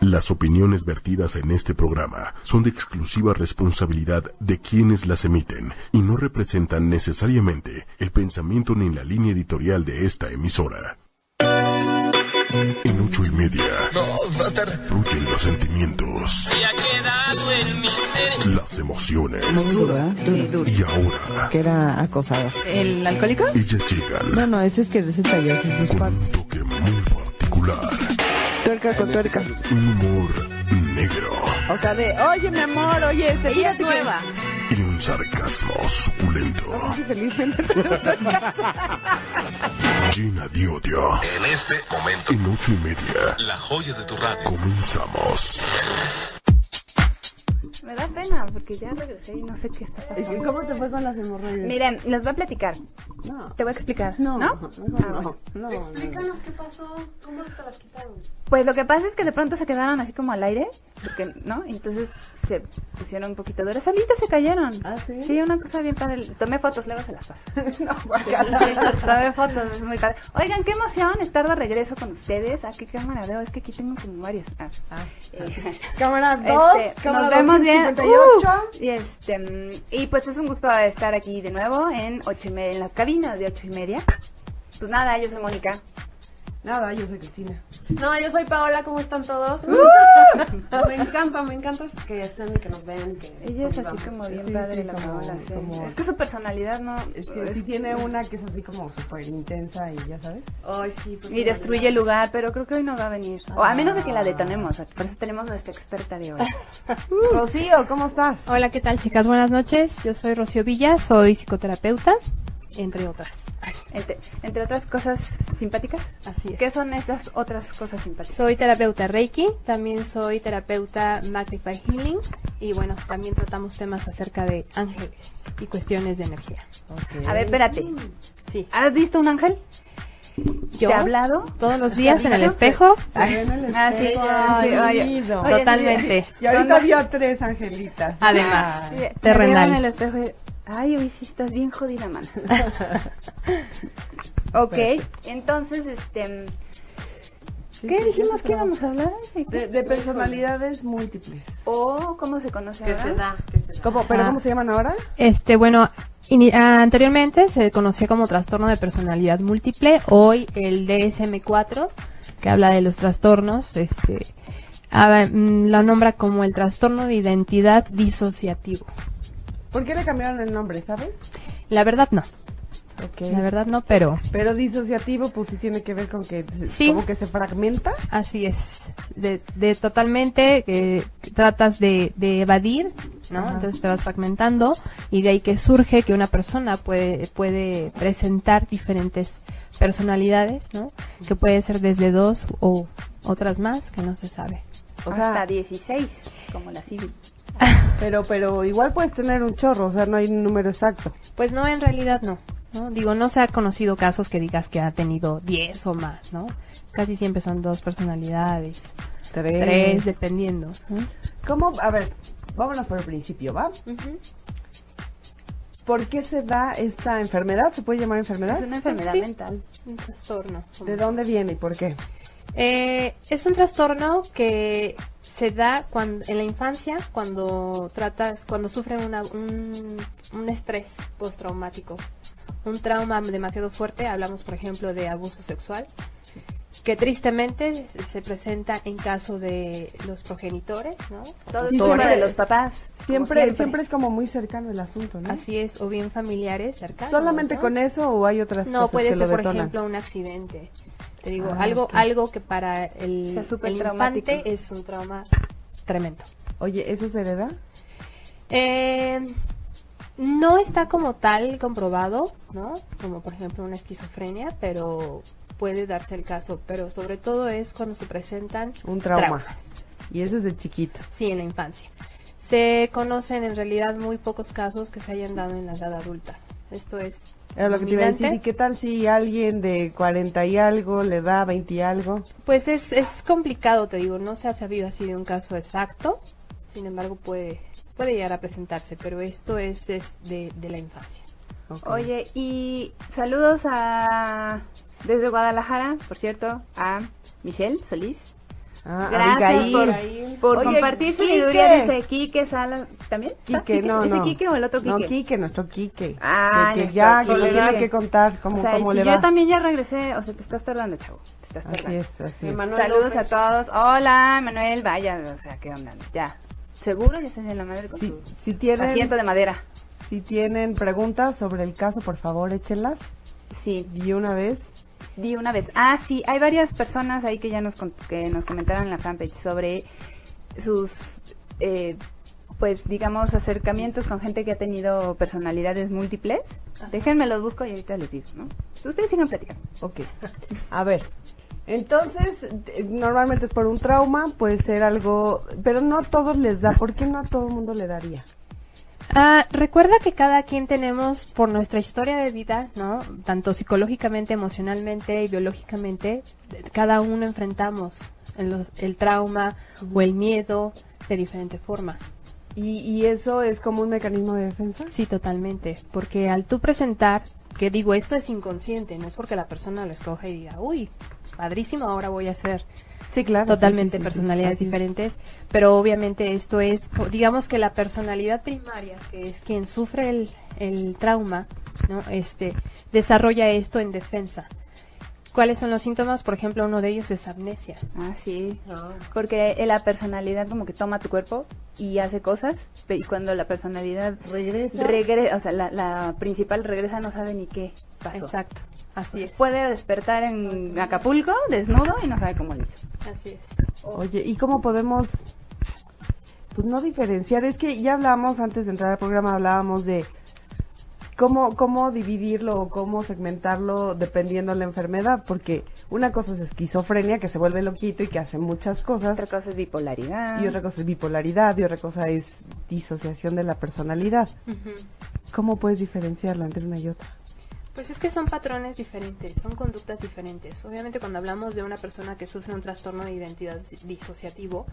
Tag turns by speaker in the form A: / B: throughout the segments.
A: Las opiniones vertidas en este programa son de exclusiva responsabilidad de quienes las emiten y no representan necesariamente el pensamiento ni la línea editorial de esta emisora. En ocho y media
B: No, bastardo.
A: fluyen los sentimientos,
C: ha quedado en mi ser.
A: las emociones.
D: Muy duro, ¿eh?
E: Sí, duro.
A: Y ahora,
D: Que era acosado.
E: ¿El alcohólico?
A: ellas
D: No,
A: llegan
D: no, ese es que se talló en sus
A: con
D: patas.
A: un toque muy particular,
D: Tuerca con tuerca.
A: un humor negro
D: O sea, de, oye, mi amor, oye, este
E: Ella es nueva.
A: y un sarcasmo suculento.
D: Felizmente.
A: Gina Diodio.
B: En este momento,
A: En ocho y media
B: la joya de tu radio.
A: comenzamos.
F: Me da pena porque ya regresé y no sé qué está pasando.
D: ¿Cómo te fue con las hemorroides?
F: Miren, les voy a platicar.
D: No.
F: Te voy a explicar. No.
D: No, no,
F: Ah,
D: no,
F: bueno.
D: no.
G: Explícanos qué pasó, cómo te las quitaron.
F: Pues lo que pasa es que de pronto se quedaron así como al aire, porque, ¿no? Y Entonces se pusieron un poquito duras. Solitas se cayeron.
D: Ah, ¿sí?
F: una cosa bien padre. Tomé fotos, luego se las paso. no, guacala. Tomé fotos, es muy padre. Oigan, qué emoción estar de regreso con ustedes. ¿A qué cámara veo? Es que aquí tengo como varias. Ah, eh,
D: Cámara
F: Este,
D: 2, cámara
F: nos vemos bien.
D: 58.
F: Uh, y, este, mm, y pues es un gusto estar aquí de nuevo en ocho y media, en las cabinas de ocho y media. Pues nada, yo soy Mónica.
D: Nada, yo soy Cristina.
G: No, yo soy Paola, ¿cómo están todos?
H: ¡Uh!
G: me encanta, me encanta que estén y que nos vean. Que
F: Ella es así
G: vamos.
F: como bien
D: sí,
F: padre
D: sí,
F: la
D: como-
F: Paola, sí.
D: como-
F: Es que su personalidad no
D: Es que sí
F: es-
D: tiene una que es así como súper intensa y ya sabes.
G: Ay, sí. pues,
F: y destruye el lugar, pero creo que hoy no va a venir. O a menos de que la detonemos, por eso tenemos nuestra experta de hoy.
D: Rocío, ¿cómo estás?
H: Hola, ¿qué tal chicas? Buenas noches. Yo soy Rocío Villa, soy psicoterapeuta, entre otras.
F: Entre, entre otras cosas simpáticas.
H: Así es.
F: ¿Qué son estas otras cosas simpáticas?
H: Soy terapeuta Reiki, también soy terapeuta Magnify Healing y bueno, también tratamos temas acerca de ángeles y cuestiones de energía.
F: A ver, espérate.
H: Sí,
F: ¿Has visto un ángel?
H: yo
F: ¿Te ha hablado?
H: todos los días en el
F: ¿Aviso?
H: espejo.
D: Se ve en el
F: Ah, sí,
D: espejo,
F: ya,
D: ay,
F: sí, oye.
D: lindo.
F: Oye,
H: Totalmente.
F: sí,
D: Y ahorita
F: cuando-
D: vio a tres angelitas.
H: Además.
D: Ah.
F: sí, me
H: terrenales.
F: veo en el espejo y, Ay, hoy sí estás bien jodida, mano. ok, entonces, este...
D: pues,
F: ¿Qué dijimos que íbamos a hablar? ¿De qué?
D: De, de personalidades múltiples.
F: ¿O cómo se conoce
G: Que
F: ahora?
G: se da, que se da.
D: ¿Cómo, ¿Pero
H: Ah.
D: cómo se llaman ahora?
H: Este, bueno, ini- anteriormente se conocía como trastorno de personalidad múltiple, hoy el DSM-4, que habla de los trastornos, este, ah, mm, la nombra como el trastorno de identidad disociativo.
D: ¿Por qué le cambiaron el nombre, sabes?
H: La verdad no,
D: Ok.
H: la verdad no, pero
D: Pero disociativo, pues sí tiene que ver con que se-
H: Sí.
D: como que se fragmenta.
H: así es, de, de totalmente eh, tratas de, de evadir, ¿no?
D: Ajá.
H: Entonces te vas fragmentando y de ahí que surge que una persona puede, puede presentar diferentes personalidades, ¿no? Que puede ser desde dos o otras más que no se sabe.
D: O
F: Hasta
D: sea,
F: 16, como la civil.
D: pero, pero igual puedes tener un chorro, o sea, no hay un número exacto.
H: Pues no, en realidad no. ¿no? Digo, no se ha conocido casos que digas que ha tenido 10 o más, ¿no? Casi siempre son dos personalidades,
D: Tres.
H: tres, dependiendo. ¿no?
D: ¿Cómo? A ver, vámonos por el principio, ¿va? ¿Por qué se da esta enfermedad? ¿Se puede llamar enfermedad?
F: Es una enfermedad
H: Sí.
F: mental.
H: Un trastorno.
D: ¿De dónde viene y por qué?
H: Eh, es un trastorno que se da cuando, en la infancia cuando tratas, cuando sufren una- un, un estrés postraumático, un trauma demasiado fuerte, hablamos por ejemplo de abuso sexual, que tristemente se presenta en caso de los progenitores, ¿no?
F: Todo
D: Sí,
F: el tema
D: siempre-
F: de los papás. como
D: Siempre, siempre, es como muy cercano el asunto, ¿no?
H: Así es, o bien familiares cercanos.
D: ¿Solamente
H: ¿no?
D: con eso o hay otras cosas
H: No, puede
D: que lo
H: ser, por
D: detonan?
H: ejemplo, un accidente. Te digo,
D: Ah,
H: algo
D: ok.
H: algo que para el,
F: Sea súper
H: el
F: traumático.
H: infante es un trauma tremendo.
D: Oye, ¿eso se hereda?
H: Eh, no está como tal comprobado, ¿no? Como por ejemplo una esquizofrenia, pero puede darse el caso. Pero sobre todo es cuando se presentan
D: Un trauma.
H: traumas.
D: Y eso es de chiquito.
H: Sí, en la infancia. Se conocen en realidad muy pocos casos que se hayan dado en la edad adulta. Esto es
D: Era lo que te iba a decir. ¿Y
H: dominante.
D: qué tal si alguien de 40 y algo le da 20 y algo?
H: Pues es, es complicado, te digo, no se ha sabido así de un caso exacto, sin embargo puede, puede llegar a presentarse, pero esto es, es de, de la infancia.
D: Ok.
F: Oye, y saludos a desde Guadalajara, por cierto, a Michelle Solís,
D: Ah,
F: Gracias por,
D: Abigail.
F: por
D: Oye,
F: compartir
D: Quique.
F: sabiduría. Dice Quique Salas. ¿También? está?
D: Quique, no,
F: ¿Ese
D: no.
F: Quique o el otro Quique?
D: No, Quique, nuestro Quique.
F: Ah,
D: De que
F: nuestro
D: ya, que
F: Quique.
D: lo tiene que contar
F: O
D: cómo,
F: sea,
D: cómo
F: si
D: le
F: yo
D: va.
F: también ya regresé. O sea, te estás tardando, chavo. Te estás tardando.
D: Así es, así es.
G: Emanuel
F: Saludos
G: López.
F: a todos. Hola, Manuel. Vaya, o sea, ¿qué onda? Ya. Seguro ya se de la madre con
D: Si,
F: su
D: si tienen,
F: asiento de madera.
D: si tienen preguntas sobre el caso, por favor, échenlas.
F: Sí,
D: Y una vez,
F: di una vez. Ah, sí, hay varias personas ahí que ya nos, con- que nos comentaron en la fanpage sobre sus, eh, pues digamos, acercamientos con gente que ha tenido personalidades múltiples. Déjenme los busco y ahorita les digo, ¿no? Ustedes sigan platicando.
D: ok. A ver. Entonces, eh, normalmente es por un trauma, puede ser algo, pero no a todos les da. ¿Por qué no a todo el mundo le daría?
H: Ah, recuerda que cada quien tenemos por nuestra historia de vida, ¿no? Tanto psicológicamente, emocionalmente y biológicamente, cada uno enfrentamos el, los- el trauma o el miedo de diferente forma.
D: ¿Y, y eso es como un mecanismo de defensa?
H: Sí, totalmente, porque al tú presentar, que digo, esto es inconsciente, no es porque la persona lo escoja y diga, uy, padrísimo, ahora voy a hacer
D: Sí, claro.
H: totalmente
D: sí, sí, sí,
H: personalidades
D: así es.
H: diferentes, pero obviamente esto es, co- digamos que la personalidad primaria, que es quien sufre el, el trauma, ¿no? Este, desarrolla esto en defensa. ¿Cuáles son los síntomas? Por ejemplo, uno de ellos es amnesia.
F: Ah, sí. Porque eh, la personalidad como que toma tu cuerpo y hace cosas, pe- y cuando la personalidad
D: Regresa.
F: regresa, o sea, la, la principal regresa no sabe ni qué pasó.
H: Exacto, así
D: Pues
H: es.
F: Puede despertar en Acapulco desnudo y no sabe cómo lo hizo.
H: Así es.
D: Oye, ¿y cómo podemos pues no diferenciar? Es que ya hablábamos antes de entrar al programa hablábamos de cómo cómo dividirlo o cómo segmentarlo dependiendo de la enfermedad, porque una cosa es esquizofrenia que se vuelve loquito y que hace muchas cosas
F: Otra cosa es bipolaridad.
D: y otra cosa es bipolaridad y otra cosa es disociación de la personalidad.
H: Ujú.
D: ¿Cómo puedes diferenciarla entre una y otra?
H: Pues es que son patrones diferentes, son conductas diferentes. Obviamente cuando hablamos de una persona que sufre un trastorno de identidad dis- disociativo,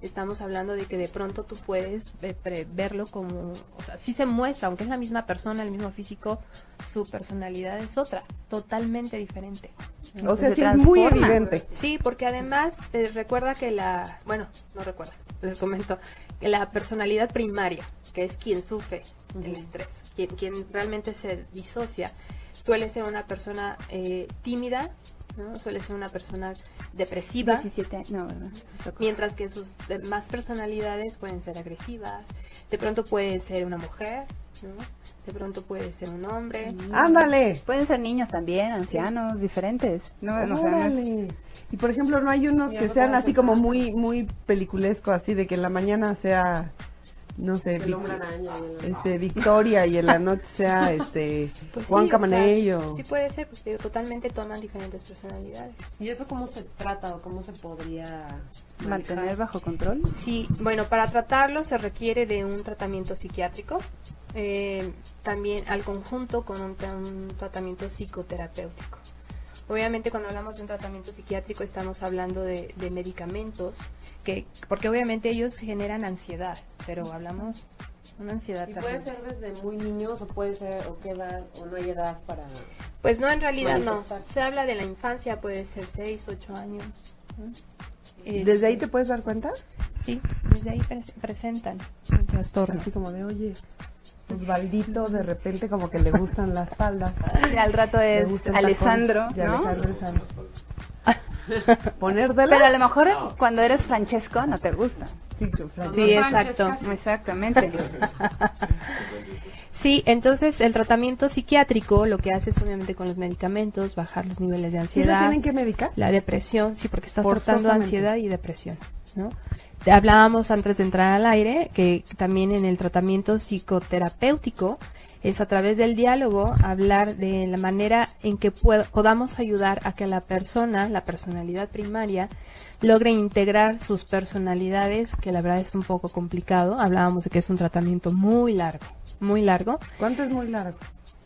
H: estamos hablando de que de pronto tú puedes eh, pre- verlo como, o sea, sí se muestra, aunque es la misma persona, el mismo físico, su personalidad es otra, totalmente diferente.
D: O sea,
F: se
D: sí pues es muy
F: transforma.
D: evidente.
H: Sí, porque además eh, recuerda que la, bueno, no recuerda, les comento, que la personalidad primaria, que es quien sufre el estrés, quien, quien realmente se disocia, suele ser una persona eh, tímida, ¿no? suele ser una persona depresiva,
F: 17 años. No, ¿verdad? Otra cosa.
H: mientras que sus demás personalidades pueden ser agresivas, de pronto puede ser una mujer, ¿no? de pronto puede ser un hombre. Ah,
D: Ándale.
F: Pueden ser niños también, ancianos, diferentes. No, no, o sea, no es-
D: Órale. Y por ejemplo, no hay unos que sean así como muy muy peliculesco, así de que en la mañana sea no sé,
G: El
D: Vic-
G: hombre araña. y el-
D: este Victoria y en la noche sea este
H: Pues sí,
D: Juan
H: o sea,
D: Camanello.
H: Sí puede ser, porque digo, totalmente toman diferentes personalidades.
G: ¿Y eso cómo se trata o cómo se podría manejar?
F: mantener bajo control.
H: Sí, bueno, para tratarlo se requiere de un tratamiento psiquiátrico, eh, también al conjunto con un, tra- un tratamiento psicoterapéutico. Obviamente cuando hablamos de un tratamiento psiquiátrico estamos hablando de, de medicamentos, que, porque obviamente ellos generan ansiedad, pero hablamos de una ansiedad
G: Y puede
H: también.
G: ser desde muy niños o puede ser o qué edad o no hay edad para...
H: Pues no, en realidad no.
G: Manifestar.
H: Se habla de la infancia, puede ser 6, 8 años. ¿no?
D: ¿Desde ahí
H: Este,
D: te puedes dar cuenta?
H: Sí, desde ahí pres- presentan el trastorno.
D: Así como de, oye, Osvaldito de repente como que le gustan las faldas.
F: Y al rato
D: le
F: es
D: gusta el tacón,
F: Alessandro,
D: y
F: ¿no?
D: Alejandro es Sandro. Poner de
F: Pero a lo mejor cuando eres Francesco no te gusta.
H: Sí, exacto.
F: Exactamente.
H: Sí, entonces el tratamiento psiquiátrico lo que hace es obviamente con los medicamentos bajar los niveles de
D: ¿Sí lo
H: ansiedad,
D: tienen que medicar?
H: la depresión, sí, porque estás tratando
D: Forzosamente.
H: ansiedad y depresión, ¿no? Te Hablábamos antes de entrar al aire que también en el tratamiento psicoterapéutico es a través del diálogo hablar de la manera en que pued- podamos ayudar a que la persona, la personalidad primaria, logre integrar sus personalidades, que la verdad es un poco complicado. Hablábamos de que es un tratamiento muy largo, muy largo.
D: ¿Cuánto es muy largo?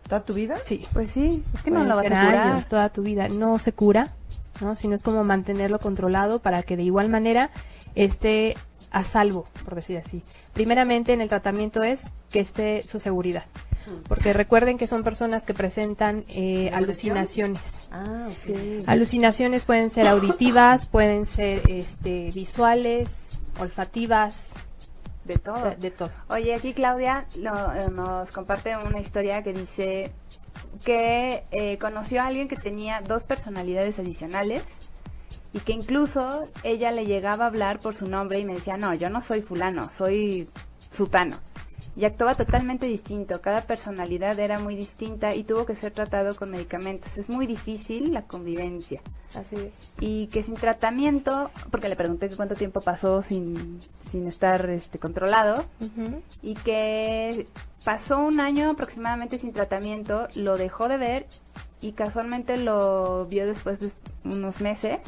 D: ¿Toda tu vida?
H: Sí.
F: Pues sí, es que no
H: Pueden
F: lo vas a
H: ser
F: curar.
H: años, toda tu vida. No se cura, ¿no? Sino es como mantenerlo controlado para que de igual manera esté a salvo, por decir así. Primeramente en el tratamiento es que esté su seguridad,
F: Mm.
H: porque recuerden que son personas que presentan eh, alucinaciones.
D: Ah, ok.
H: Alucinaciones pueden ser auditivas, pueden ser este, visuales, olfativas,
F: De todo.
H: de- de todo.
F: Oye, aquí Claudia lo- eh, nos comparte una historia que dice que eh, conoció a alguien que tenía dos personalidades adicionales y que incluso ella le llegaba a hablar por su nombre y me decía, no, yo no soy fulano, soy sutano. Y actuaba totalmente distinto, cada personalidad era muy distinta y tuvo que ser tratado con medicamentos. Es muy difícil la convivencia
H: Así es.
F: y que sin tratamiento, porque le pregunté que cuánto tiempo pasó sin, sin estar este, controlado,
H: Ujú.
F: y que pasó un año aproximadamente sin tratamiento, lo dejó de ver y casualmente lo vio después de unos meses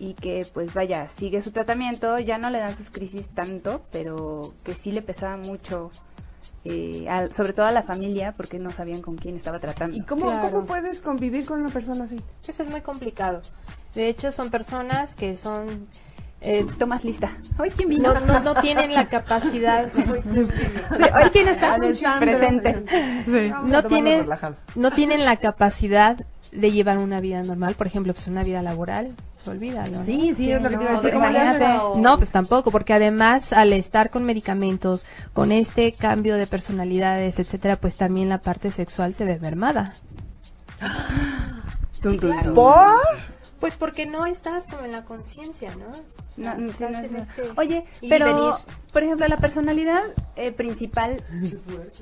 F: y que pues vaya, sigue su tratamiento, ya no le dan sus crisis tanto, pero que sí le pesaba mucho, eh, al- sobre todo a la familia, porque no sabían con quién estaba tratando.
D: ¿Y cómo,
H: Claro.
D: cómo puedes convivir con una persona así?
H: Eso es muy complicado. De hecho, son personas que son eh,
F: Eh, Tomás lista. Ay, ¿quién vino?
H: no, no, no tienen la capacidad,
F: Sí, hoy quién está
D: Alessandra.
F: presente.
D: Vamos a
H: no
D: tomarlo
H: tienen,
D: relajado.
H: no tienen la capacidad de llevar una vida normal. Por ejemplo, pues una vida laboral, pues olvídalo. ¿no?
D: Sí, sí, es lo que te iba a
G: no,
D: decir. ¿Cómo le haces?
F: imagínate.
H: No, pues tampoco, porque además al estar con medicamentos, con este cambio de personalidades, etcétera, pues también la parte sexual se ve mermada.
F: Sí, claro.
D: ¿Por?
H: Pues porque no estás como en la conciencia, ¿no?
F: No, no, sí, no,
H: Estás en
F: no.
H: este
F: Oye,
H: ir y
F: pero
H: venir.
F: por ejemplo la personalidad eh, principal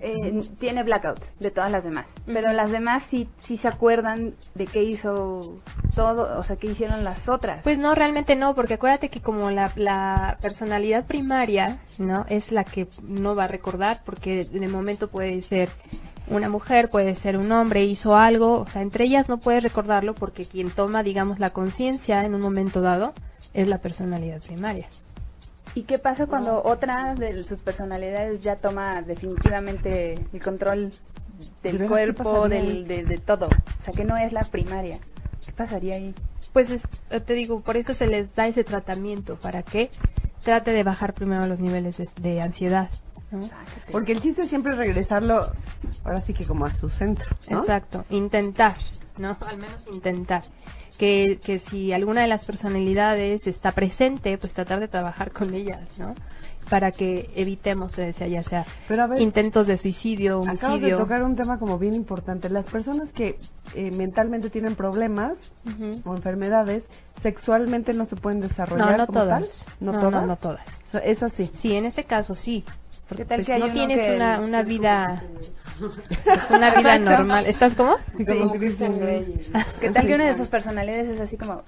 F: eh, tiene blackout de todas las demás, pero
H: Ujú.
F: las demás sí sí se acuerdan de qué hizo todo, o sea qué hicieron las otras.
H: Pues no, realmente no, porque acuérdate que como la, la personalidad primaria, ¿no? Es la que no va a recordar, porque de momento puede ser una mujer, puede ser un hombre, hizo algo, o sea, entre ellas no puedes recordarlo porque quien toma, digamos, la conciencia en un momento dado es la personalidad primaria.
F: ¿Y qué pasa cuando otra de sus personalidades ya toma definitivamente el control
D: ¿Y
F: del
D: luego qué
F: cuerpo,
D: pasaría
F: del, de, de todo? O sea que no es la primaria. ¿Qué pasaría ahí?
H: Pues es- te digo, por eso se les da ese tratamiento, para que trate de bajar primero los niveles de, de ansiedad. ¿no?
D: Porque el chiste siempre es regresarlo, ahora sí que como a su centro, Pues, ¿no?
H: Exacto, intentar, ¿no? Al menos intentar. Que, que si alguna de las personalidades está presente, pues tratar de trabajar con ellas, ¿no? Para que evitemos, te decía, ya sea
D: Pero a ver,
H: intentos de suicidio,
D: Acabas de
H: homicidio.
D: tocar un tema como bien importante. Las personas que eh, mentalmente tienen problemas
H: Ujú.
D: o enfermedades, sexualmente no se pueden desarrollar.
H: No, no
D: como tal.
H: todas.
D: ¿No,
H: No, no,
D: todas.
H: no todas.
D: O sea, es así.
H: Sí, en este caso sí. Porque
F: ¿Qué tal
H: pues,
F: que hay
H: no
F: uno
H: tienes
F: que
H: una,
F: el-
H: una vida, pues, una vida normal. ¿Estás cómo?
D: Sí, como Christian Grey.
F: ¿Qué tal que una de sus personalidades es así como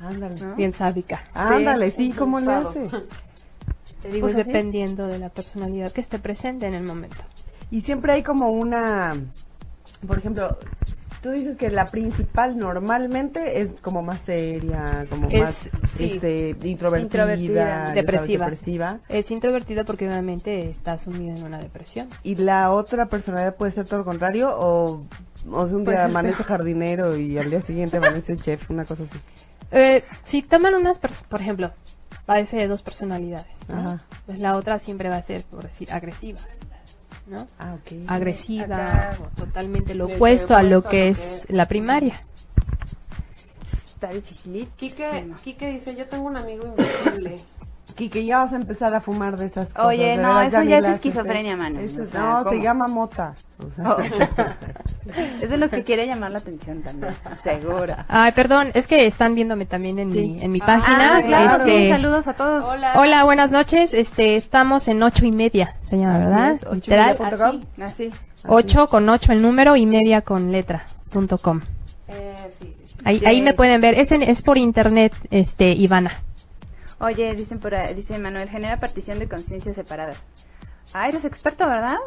D: Ándale.
F: ¿no?
H: Bien sádica.
D: Ah, Ándale, sí, ¿cómo le
G: Impulsado.
D: hace?
H: Te digo,
F: Pues
H: es
F: así.
H: dependiendo de la personalidad que esté presente en el momento.
D: Y siempre hay como una, por ejemplo, tú dices que la principal normalmente es como más seria, como
H: Es-
D: más
H: sí.
D: este, introvertida,
F: Introvertida,
D: ya sabes,
H: depresiva.
D: depresiva.
H: Es introvertido porque obviamente está sumido en una depresión.
D: Y la otra personalidad puede ser todo lo contrario o, o sea, un día amanece jardinero y al día siguiente amanece chef, una cosa así.
H: Eh, si toman unas personas, por ejemplo, padece de dos personalidades, ¿no?
D: Ajá.
H: pues la otra siempre va a ser, por decir, agresiva, ¿no?
D: Ah, ok.
H: Agresiva,
F: Acá.
H: totalmente lo
G: Le-
H: opuesto a lo
G: opuesto
H: que es la primaria.
F: está difícil?
G: Quique, Quique dice, yo tengo un amigo invisible.
D: Kike, ya vas a empezar a fumar de esas cosas.
F: Oye,
D: de
F: no, eso
D: ni
F: ya es
D: las-
F: esquizofrenia, mano.
D: Eso es-
F: O sea,
D: no,
F: ¿cómo? Oh.
D: se llama mota. O sea,
F: Es de los que quiere llamar la atención también, segura.
H: Ay, perdón, es que están viéndome también en, mi, en mi página.
F: Ah, claro,
H: este,
F: sí, saludos a todos.
G: Hola.
H: Hola, buenas noches. Este, estamos en ocho y media, se llama, ¿verdad?
D: es, ocho y
H: Literal,
D: media punto
H: así.
D: com.
F: Así.
H: Ocho con ocho el número y media con letra punto com.
G: Eh, sí. sí.
H: Ahí,
F: Sí.
H: ahí me pueden ver. Es, en- es por internet, este, Ivana.
F: Oye, dicen por ahí- dice Manuel, genera partición de conciencias separadas. Ah, eres experto, ¿verdad?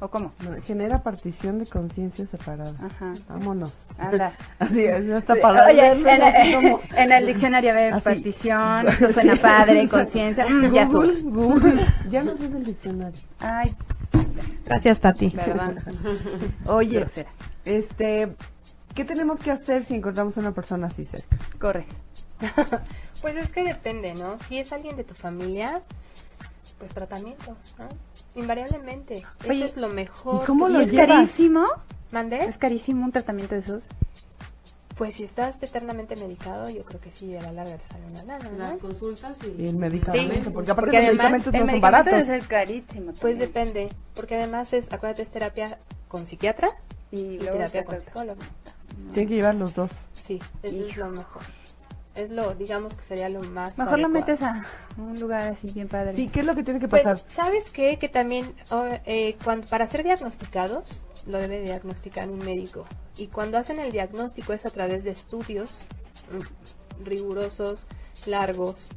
F: ¿O cómo?
D: no, genera partición de conciencia separada.
F: Ajá.
D: Vámonos.
F: Anda.
D: Así, así hasta para
F: Oye, en,
D: verlos, así como-
F: el- en el diccionario, a ver,
D: Así.
F: partición, esto suena padre, conciencia, mm, ya
D: Google,
F: subo.
D: Google, ya no es el diccionario.
F: Ay,
H: Gracias, Pati.
F: perdón.
D: Oye,
F: Grosera.
D: este, ¿qué tenemos que hacer si encontramos a una persona así cerca?
F: Corre.
H: Pues es que depende, ¿no? Si es alguien de tu familia, pues tratamiento, ¿no? Invariablemente.
F: Oye,
H: Eso es lo ¿Eh? mejor.
D: ¿y cómo
H: que
F: ¿Y
D: lo
H: puedes-
F: es
D: llevas?
F: carísimo?
H: ¿Mandé?
F: ¿Es carísimo un tratamiento de esos?
H: Pues si estás eternamente medicado, yo creo que sí, a la larga te sale una lana, ¿no?
E: Las consultas y,
D: Y el medicamento,
H: Sí,
D: porque aparte
H: porque
D: los
H: además
D: medicamentos
F: el
D: no son
F: medicamento
D: baratos.
F: debe ser carísimo.
H: Pues
F: también.
H: depende, porque además es, acuérdate, es terapia con psiquiatra
F: Y
H: y
F: luego
H: terapia
F: te
H: con
F: toca.
H: psicólogo.
D: Tienen que llevar los dos.
H: Sí, eso es lo mejor. Es lo, digamos que sería lo más.
F: Mejor lo
H: adecuado.
F: metes a un lugar así bien padre.
D: Sí, ¿qué es lo que tiene que
H: Pues,
D: pasar?
H: ¿sabes qué? Que también oh, eh, cuan- para ser diagnosticados lo debe diagnosticar un médico. Y cuando hacen el diagnóstico es a través de estudios mm, rigurosos, largos,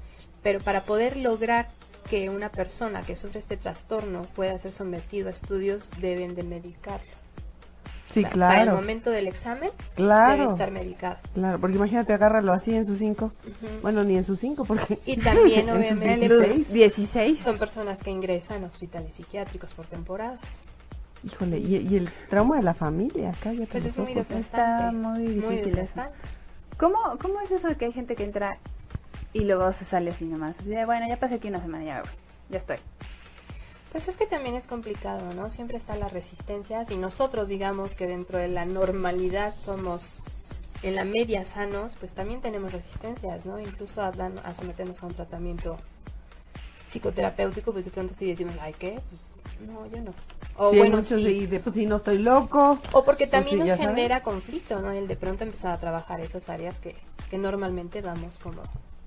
H: pero para poder lograr que una persona que sufre este trastorno pueda ser sometido a estudios deben de medicarlo.
D: sí,
H: O sea, Para el
D: claro.
H: momento del examen debe
D: Claro.
H: estar medicado.
D: Claro, porque imagínate, agárralo así en sus cinco. Bueno, ni en sus cinco, porque.
H: Y también
F: En
H: obviamente
F: los 16.
H: son personas que ingresan a hospitales psiquiátricos por temporadas.
D: Híjole, y, y el trauma de la familia, cállate.
H: Pues
D: los
H: es muy
D: ojos.
H: desgastante.
F: Está muy difícil eso.
H: desgastante.
F: ¿Cómo, ¿Cómo es eso de que hay gente que entra y luego se sale así nomás? Así de, bueno, ya pasé aquí una semana, ya me voy. Ya estoy.
H: Pues es que también es complicado, ¿no? Siempre están las resistencias y nosotros digamos que dentro de la normalidad somos en la media sanos, pues también tenemos resistencias, ¿no? Incluso a, dan- a someternos a un tratamiento psicoterapéutico, pues de pronto sí decimos, ay, ¿qué? No, yo no. O
D: Sí, hay
H: bueno,
D: muchos
H: sí.
D: de- y de, pues, sí, no estoy loco.
H: O porque
D: Pues
H: también
D: sí, ya
H: nos
D: sabes.
H: genera conflicto, ¿no? El de pronto empezar a trabajar esas áreas que, que normalmente vamos como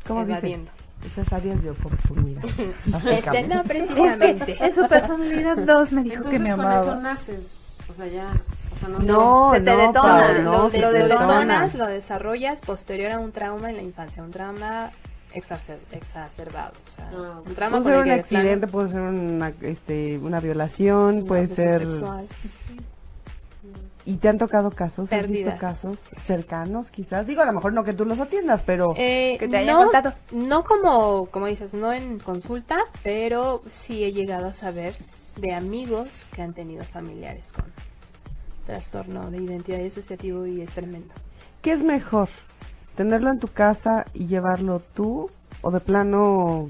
D: ¿Cómo dicen?
H: evadiendo.
D: Esas áreas de oportunidad.
H: Este, no,
D: básicamente.
H: precisamente.
F: En su personalidad 2 me dijo
E: Entonces
F: que me
E: con
F: amaba.
E: eso naces. O sea, ya. O sea, no,
D: No,
F: Se te
D: no,
F: detona,
D: Paola,
H: lo,
F: ¿no?
H: lo
D: se
H: de-
D: te
H: lo
D: detona.
H: detonas, lo desarrollas posterior a un trauma en la infancia, un trauma exacer- exacerbado, o sea,
E: Ah,
H: un trauma
D: Puede
H: con
D: ser
H: el
D: un
H: que de plano-
D: accidente, puede ser una, este, una violación,
H: un
D: puede
H: abuso
D: ser...
H: sexual.
D: ¿Y te han tocado casos? ¿Has visto
H: Pérdidas.
D: casos cercanos quizás? Digo, a lo mejor no que tú los atiendas, pero...
H: Eh,
F: que te haya
H: no,
F: contado.
H: no como, como dices, no en consulta, pero sí he llegado a saber de amigos que han tenido familiares con trastorno de identidad disociativo y es tremendo.
D: ¿Qué es mejor? ¿Tenerlo en tu casa y llevarlo tú? ¿O de plano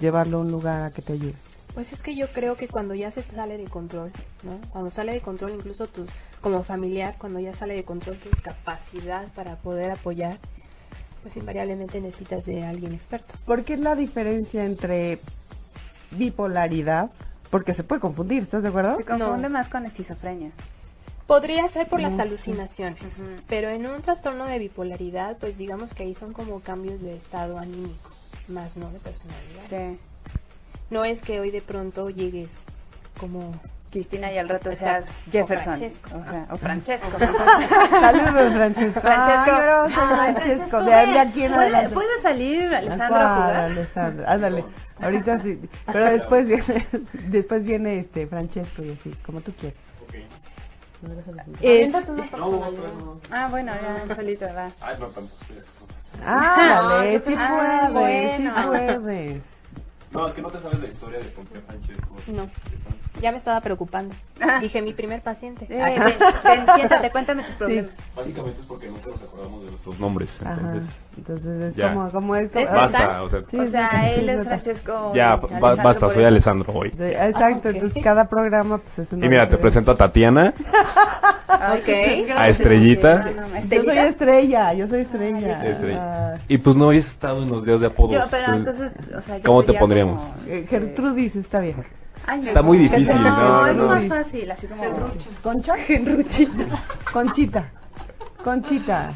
D: llevarlo a un lugar a que te ayude?
H: Pues es que yo creo que cuando ya se sale de control, ¿no? Cuando sale de control incluso tus, como familiar, cuando ya sale de control tu capacidad para poder apoyar, pues invariablemente necesitas de alguien experto.
D: Porque es la diferencia entre bipolaridad, porque se puede confundir, ¿estás de acuerdo?
F: Se confunde
H: No.
F: más con esquizofrenia.
H: Podría ser por las
D: No sé.
H: alucinaciones,
F: Ujú.
H: pero en un trastorno de bipolaridad, pues digamos que ahí son como cambios de estado anímico, más no de personalidad.
F: Sí.
H: No es que hoy de pronto llegues como
F: Cristina y al rato
H: Exacto.
F: seas Jefferson.
H: O Francesco.
F: Ajá, o Francesco.
D: Saludos,
F: Francesco.
D: Francesco. Ay, no, soy
F: Ay,
D: Francesco.
F: Francesco,
D: De ahí
F: ven.
D: de aquí en
F: ¿Puede,
D: adelante.
F: puede salir Alessandro a
D: Claro,
F: jugar?
D: Alessandro, ándale. Ahorita sí. Pero después viene, después viene este Francesco y así, como tú quieras.
F: Es-
E: Aviéntate una personalidad.
F: Ah, bueno, ya solito va.
D: Ándale, sí
F: Ah,
D: puedes, sí
F: bueno.
D: puedes.
I: No, es que no te sabes la historia de por qué Francesco.
H: No. Ya me estaba preocupando. Dije, mi primer paciente.
F: Eh,
H: Ah,
F: ven, ven, siéntate, cuéntame tus problemas.
I: Básicamente es porque nunca nos acordamos de nuestros nombres.
D: Ajá.
I: Entonces,
D: Entonces es
I: ya.
D: como, como es como-
H: ¿Ves?
I: basta. O sea,
D: Sí,
F: O
D: es
F: sea,
D: nota,
F: él es
D: nota.
F: Francesco.
I: ya, ba-
F: Alessandro,
I: basta,
F: por
I: soy
F: eso.
I: Alessandro hoy.
D: Sí, Exacto,
F: Ah,
H: ok.
D: entonces cada programa pues es una
I: Y mira, te
D: referencia.
I: presento a Tatiana,
F: Ay, qué
I: a Estrellita.
F: No, este, no,
D: Yo soy
F: Estelita.
D: estrella, yo soy estrella.
I: Sí, Estrella.
D: Ah,
I: Y pues no, hoy he estado en los días de apodos.
F: Yo, pero
I: Entonces,
F: entonces, o sea, yo
I: Este, ¿Cómo te
F: sería
I: pondríamos?
F: como,
D: eh,
F: este,
D: Gertrudis está bien.
F: ay, no.
I: Está muy difícil,
F: No,
I: no,
F: es
I: no.
F: más fácil, así como.
D: ¿Concha? Gertruchi. Conchita. Conchita.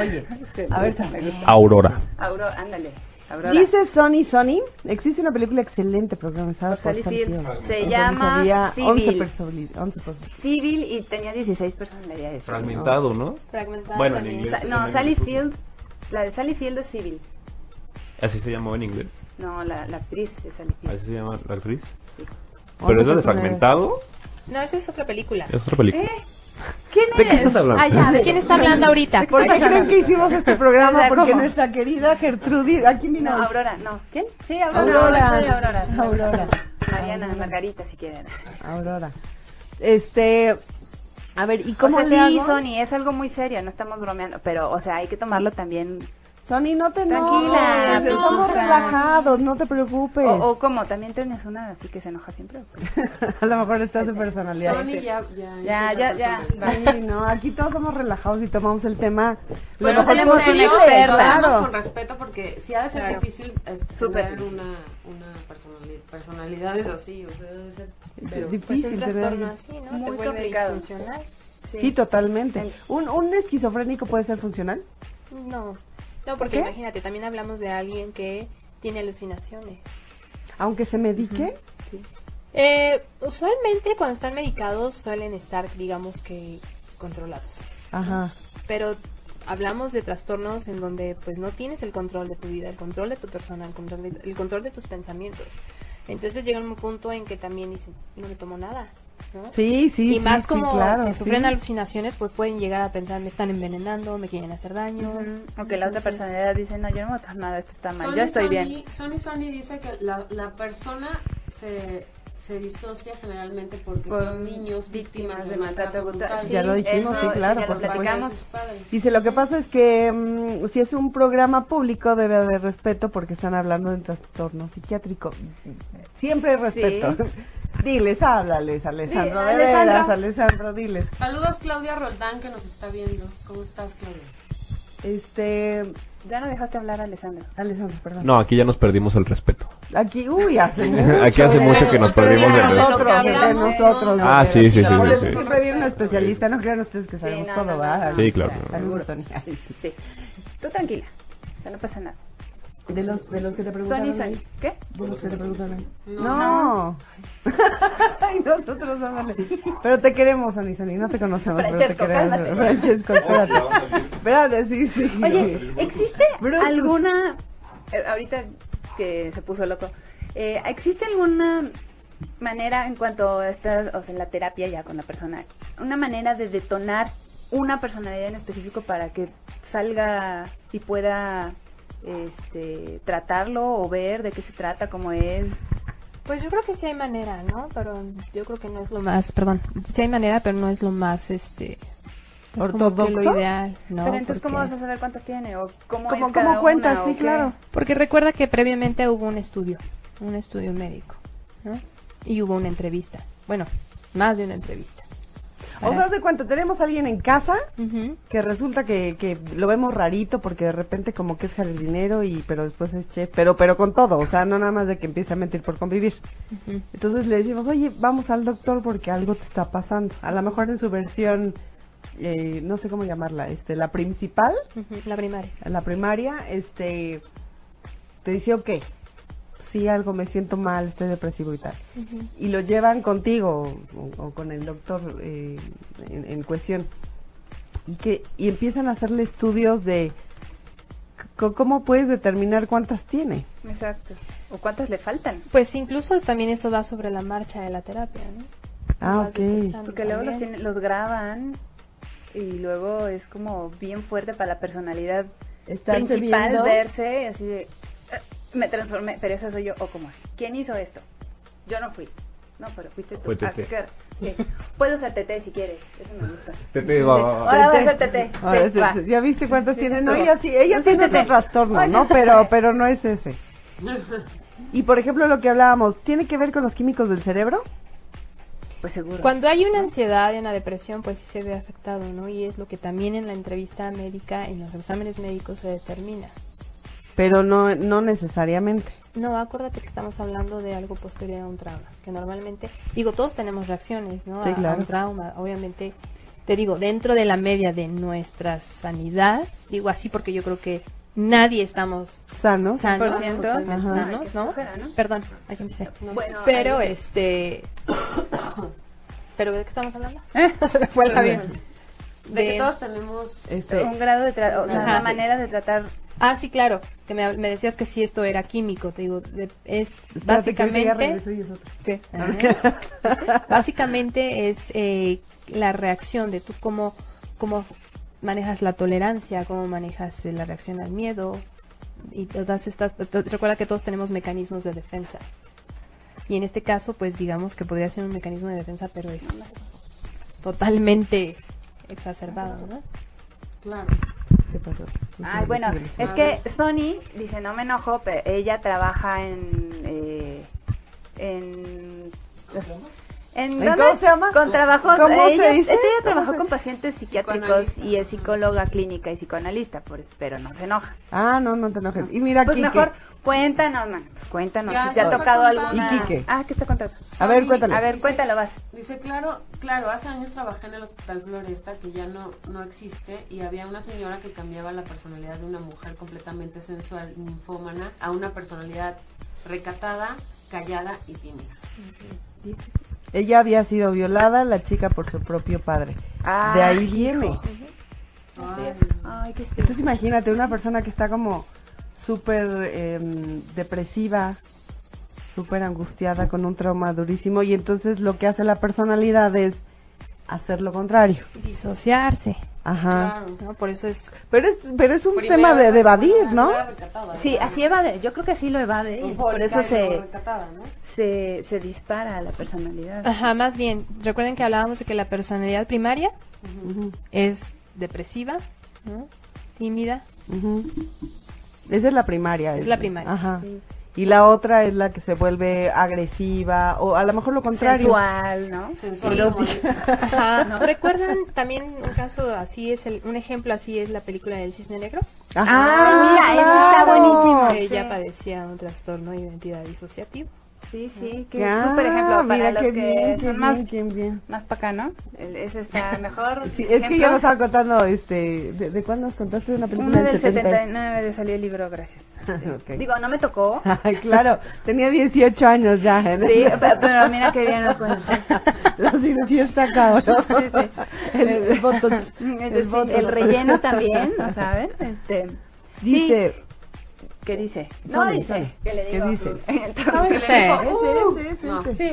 D: Oye, a ver, chale.
I: Aurora.
F: Aurora, ándale. Aurora.
D: Dice Sony Sony, existe una película excelente protagonizada por
F: Sally
D: Sally
F: Field.
D: Field.
F: Se
D: Entonces
F: llama
D: había 11
F: Civil.
D: personali- 11 personas.
F: Civil y tenía 16 personalidades.
I: Fragmentado, ¿no?
H: Fragmentado
I: Bueno, en
H: también.
I: inglés.
F: Sa- No, Sally Field. La de Sally Field es Civil.
I: Así se llamó en inglés.
F: No, la, la actriz es Sally Field.
I: Así se llama la actriz.
D: Once
F: Oh,
I: Pero es la de
D: personalidades.
I: Fragmentado.
H: No, esa es otra película.
I: Es otra película.
F: ¿Quién
I: ¿De qué
F: eres?
I: estás hablando?
F: Eh, Ah, ya, de-
H: ¿Quién está hablando ahorita?
D: ¿Por qué creen que hicimos este programa?
F: O sea,
D: Porque
F: ¿cómo?
D: nuestra querida Gertrudis, aquí
F: No,
D: vino.
F: Aurora, no. ¿Quién? Sí, Aurora.
D: Aurora.
F: Aurora. Soy Aurora. soy
D: Aurora.
F: Mariana, Margarita, si quieren.
D: Aurora. Este, a ver, ¿y cómo
F: o sea,
D: le
F: sí,
D: hago?
F: Sony, es algo muy serio, no estamos bromeando, pero, o sea, hay que tomarlo también
D: Sony, no te
F: Tranquila,
D: enojes,
F: Susan.
D: Somos relajados, no te preocupes.
F: O, o como también tienes una así que se enoja siempre. ¿o qué?
D: A lo mejor estás en personalidad.
E: Sony ya, ya.
F: Ya, ya, ya.
D: Sí, no, aquí todos somos relajados y tomamos el tema. lo
F: Bueno,
D: mejor
F: tenemos
D: posible.
F: una experta.
E: Hablamos
D: Claro.
E: con respeto porque si ha de ser
H: Claro.
E: difícil eh,
F: Súper.
E: tener una, una personali- personalidad es así, o sea, debe ser. Pero,
H: Pues un
D: Difícil, de
H: trastorno
D: ver.
H: así, ¿no?
F: Muy
H: Te vuelve
F: complicado.
H: disfuncional.
D: Sí, totalmente. ¿Un, un esquizofrénico puede ser funcional?
H: No. No, porque
D: qué?
H: imagínate, también hablamos de alguien que tiene alucinaciones.
D: Aunque se medique.
H: Eh, usualmente cuando están medicados suelen estar, digamos que, controlados.
D: Ajá.
H: Pero hablamos de trastornos en donde pues no tienes el control de tu vida, el control de tu persona, el control de, el control de tus pensamientos. Entonces llega un punto en que también dicen, no me tomo nada. ¿no?
D: Sí, sí,
H: y
D: sí,
H: más
D: sí,
H: como
D: claro,
H: que sufren
D: sí.
H: alucinaciones, pues pueden llegar a pensar, me están envenenando, me quieren hacer daño.
F: O que la otra
H: Entonces,
F: personalidad dice, no, yo no voy a tomar nada, esto está mal,
E: Sony,
F: yo estoy
E: Sony-
F: bien.
E: Sony Sony dice que la, la persona se, se disocia generalmente porque
F: Por
E: son niños víctimas de maltrato brutal.
D: Ya lo dijimos,
F: eso,
D: sí, claro,
F: ya
D: por
F: lo
E: Por parte de
F: platicamos.
E: sus padres.
D: Dice, lo que pasa es que mm, si es un programa público debe haber respeto porque están hablando de un trastorno psiquiátrico. Siempre hay respeto. Diles, háblales, Alessandro, de
F: Alessandro.
D: veras, Alessandro, diles.
E: Saludos Claudia Roldán que nos está viendo. ¿Cómo estás, Claudia?
D: Este,
F: Ya no dejaste hablar a Alessandra.
D: Alessandro, perdón.
I: No, aquí ya nos perdimos el respeto.
D: Aquí, uy, hace mucho.
I: Aquí hace mucho que nos
E: Pero
I: perdimos
E: de
I: el
E: lo que
I: respeto.
D: nosotros, entre
E: hablamos,
D: nosotros.
E: ¿no?
I: Ah,
D: de
I: sí, sí,
D: veras.
I: sí,
D: Por
I: sí,
D: eso
I: sí.
D: siempre viene un especialista, no crean ustedes que sabemos
F: no,
D: todo,
F: no, no,
D: ¿verdad?
I: Sí, claro.
D: Algunos son- ay, sí.
F: Sí. Tú tranquila, o sea, no pasa nada.
D: De los, de los que te
F: Sony,
D: preguntaron.
F: Sony.
D: ahí.
F: ¿Qué?
D: De los que te preguntaron. ahí. No. Ay, nosotros ámale. Pero te queremos, Sony, Sony. No te conocemos,
F: Francesco,
D: pero te
F: cálmate.
D: queremos. Francesco, espérate. Espérate, sí, sí.
F: Oye, ¿existe
D: Brutus.
F: alguna, eh, ahorita que se puso loco, eh, ¿existe alguna manera en cuanto a estas, o sea, la terapia ya con la persona, una manera de detonar una personalidad en específico para que salga y pueda este, tratarlo o ver de qué se trata, cómo es?
H: Pues yo creo que sí hay manera, ¿no? Pero yo creo que no es lo más, perdón, sí hay manera, pero no es lo más, este, es como que lo
D: ¿Ortodoxo?
H: ideal, ¿no?
F: Pero entonces, ¿cómo
H: Porque-
F: vas a saber cuántas tiene o cómo
D: Como-
F: es
D: como
F: cada
D: cuentas,
F: una, o
D: sí,
F: qué?
D: claro.
H: Porque recuerda que previamente hubo un estudio, un estudio médico, ¿no? Y hubo una entrevista, bueno, más de una entrevista.
D: O sea, haz de cuenta, tenemos a alguien en casa
H: Ujú.
D: que resulta que, que lo vemos rarito porque de repente como que es jardinero y pero después es chef, pero pero con todo, o sea, no nada más de que empieza a mentir por convivir.
H: Ujú.
D: Entonces le decimos, oye, vamos al doctor porque algo te está pasando. A lo mejor en su versión, eh, no sé cómo llamarla, este, la principal,
H: Ujú, La primaria.
D: la primaria, este, te dice, ok, sí, algo, me siento mal, estoy depresivo y tal. Y lo llevan contigo o, o con el doctor eh, en, en cuestión. Y, que, y empiezan a hacerle estudios de c- cómo puedes determinar cuántas tiene.
F: Exacto. ¿O cuántas le faltan?
H: Pues incluso también eso va sobre la marcha de la terapia, ¿no?
D: Ah,
H: Vas
D: ok.
H: detectando
F: Porque luego los,
H: también.
F: tienen- los graban y luego es como bien fuerte para la personalidad
D: Estarse
F: principal
D: viendo.
F: verse así de, "Ah, me transformé, pero esa soy yo, o como así, ¿quién hizo esto? Yo no fui. No, pero fuiste tú.
I: Fue Tete.
F: Ah, claro. Sí. Puedo ser TT si quieres, eso me gusta.
I: Tete,
F: Sí.
I: va, va, va.
F: Ahora voy a ser
D: Tete.
F: TT.
D: Ahora
F: Sí,
D: es
F: va.
D: Tete. Ya viste cuántas
F: Sí,
D: tiene.
F: sí,
D: No,
F: sí.
D: ella sí, ella
F: Sí,
D: tiene
F: Tete.
D: otro trastorno,
F: Oye,
D: ¿no?
F: Tete.
D: Pero, pero no es ese. Y por ejemplo, lo que hablábamos, ¿tiene que ver con los químicos del cerebro?
F: Pues seguro.
H: Cuando hay una ansiedad y una depresión, pues sí se ve afectado, ¿no? Y es lo que también en la entrevista médica, en los exámenes médicos se determina.
D: Pero no, no necesariamente.
H: No, acuérdate que estamos hablando de algo posterior a un trauma, que normalmente, digo, todos tenemos reacciones, ¿no?
D: Sí,
H: a- a,
D: claro.
H: un trauma, obviamente, te digo, dentro de la media de nuestra sanidad, digo así porque yo creo que nadie estamos
D: ¿Sanos?
H: sanos,
F: ciento.
H: totalmente
D: Ajá.
H: sanos, ¿no?
F: flojera, ¿no?
H: Perdón, aquí empecé.
F: Bueno,
H: Pero
F: ahí-
H: este, pero ¿de qué estamos hablando? Se me fue el avión.
E: De que
H: De-
E: todos tenemos
D: Este,
F: un grado de tra- o sea,
H: Ajá.
F: una manera de tratar
H: Ah, sí, claro, que me, me decías que sí esto era químico, te digo, de- es
D: espérate, que ahorita ya Ah.
H: básicamente.
D: regresó y es otro.
H: Sí. Básicamente es eh, la reacción de tú cómo, cómo manejas la tolerancia, cómo manejas eh, la reacción al miedo y todas estas... to- Recuerda que todos tenemos mecanismos de defensa. Y en este caso, pues digamos que podría ser un mecanismo de defensa, pero es totalmente exacerbado, ¿no?
E: claro.
D: ¿Qué pasó?
F: Ay, bueno, es que Sony dice, no me enojo, pero ella trabaja en... eh, en
D: ¿En
F: ¿En
D: cómo se llama?
F: Con trabajos,
D: ¿Cómo se
F: ella,
D: dice?
F: ella
D: ¿Cómo
F: trabajó
D: se-
F: con pacientes psiquiátricos
E: Psicoanalista.
F: y es psicóloga clínica y psicoanalista, por- pero no se enoja.
D: Ah, no, no te enojes. Y mira,
F: Pues
D: Kike.
F: mejor cuéntanos, man, pues cuéntanos
E: Ya,
F: si te ha
E: ya está
F: tocado
E: contando.
F: alguna...
D: ¿Y Quique?
F: Ah, ¿qué está contando?
D: A ver,
E: Sony-
D: cuéntale.
F: A ver,
E: dice-
F: cuéntalo, vas.
E: Dice, claro, claro, hace años trabajé en el Hospital Floresta, que ya no, no existe, y había una señora que cambiaba la personalidad de una mujer completamente sensual, ninfómana, a una personalidad recatada, callada y tímida.
D: Ella había sido violada, la chica, por su propio padre.
F: Ah,
D: de ahí viene.
E: Así
F: Ay, qué triste.
D: Entonces imagínate una persona que está como súper em, depresiva, súper angustiada, con un trauma durísimo, y entonces lo que hace la personalidad es hacer lo contrario.
H: Disociarse.
F: Ah.
D: Ajá.
E: Claro.
H: ¿no? Por eso es
D: Pero es, pero es un
E: Primero
D: tema de, de
E: era como
D: evadir,
E: una
D: ¿no?
E: nueva recatada,
F: Sí,
E: ¿no?
F: así evade, yo creo que así lo evade y por eso se,
E: Recatada, ¿no?
F: se, se dispara la personalidad.
H: Ajá, más bien, recuerden que hablábamos de que la personalidad primaria
D: Ujú,
H: es depresiva, ¿no? tímida,
D: ujú. Esa es la primaria.
H: Es la primaria,
D: Ajá.
F: sí.
D: Y la otra es la que se vuelve agresiva, o a lo mejor lo contrario.
F: Sensual, ¿no?
E: Sensual,
H: Sí.
E: como dice.
H: Ajá. ¿Recuerdan también un caso así es el, un ejemplo así es la película del Cisne Negro?
F: Ah, mira, eso está buenísimo.
H: que
F: sí.
H: ella padecía un trastorno de identidad disociativo.
F: Sí, sí, que
D: Ya,
F: es súper ejemplo para
D: Ah, mira,
F: los
D: qué
F: que
D: bien, qué
F: son más,
D: bien, qué bien.
F: más pa' acá, ¿no? El- Ese está mejor.
D: Sí, es que
F: ejemplo.
D: yo nos estaba contando, este, ¿de, de cuándo nos contaste de una película
F: Una del
D: 70?
F: 79 de salió el libro, gracias.
D: Ok.
F: Digo, no me tocó.
D: Ay, claro, tenía 18 años ya. ¿eh?
F: Sí, pe- pero mira qué bien lo conocí.
D: La cirugía está cabrón. El, el botox.
F: Es
D: El
F: decir, el,
D: botox.
F: relleno también, ¿no saben? Este,
D: Dice,
F: sí, ¿Qué dice? No
D: Sony,
F: dice.
D: Sony,
F: ¿Qué le
D: ¿qué
F: digo?
D: dice?
F: Entonces,
E: Que le dijo,
D: Ese,
E: "Uh".
D: ese, ese,
E: No.
D: ese.
F: Sí.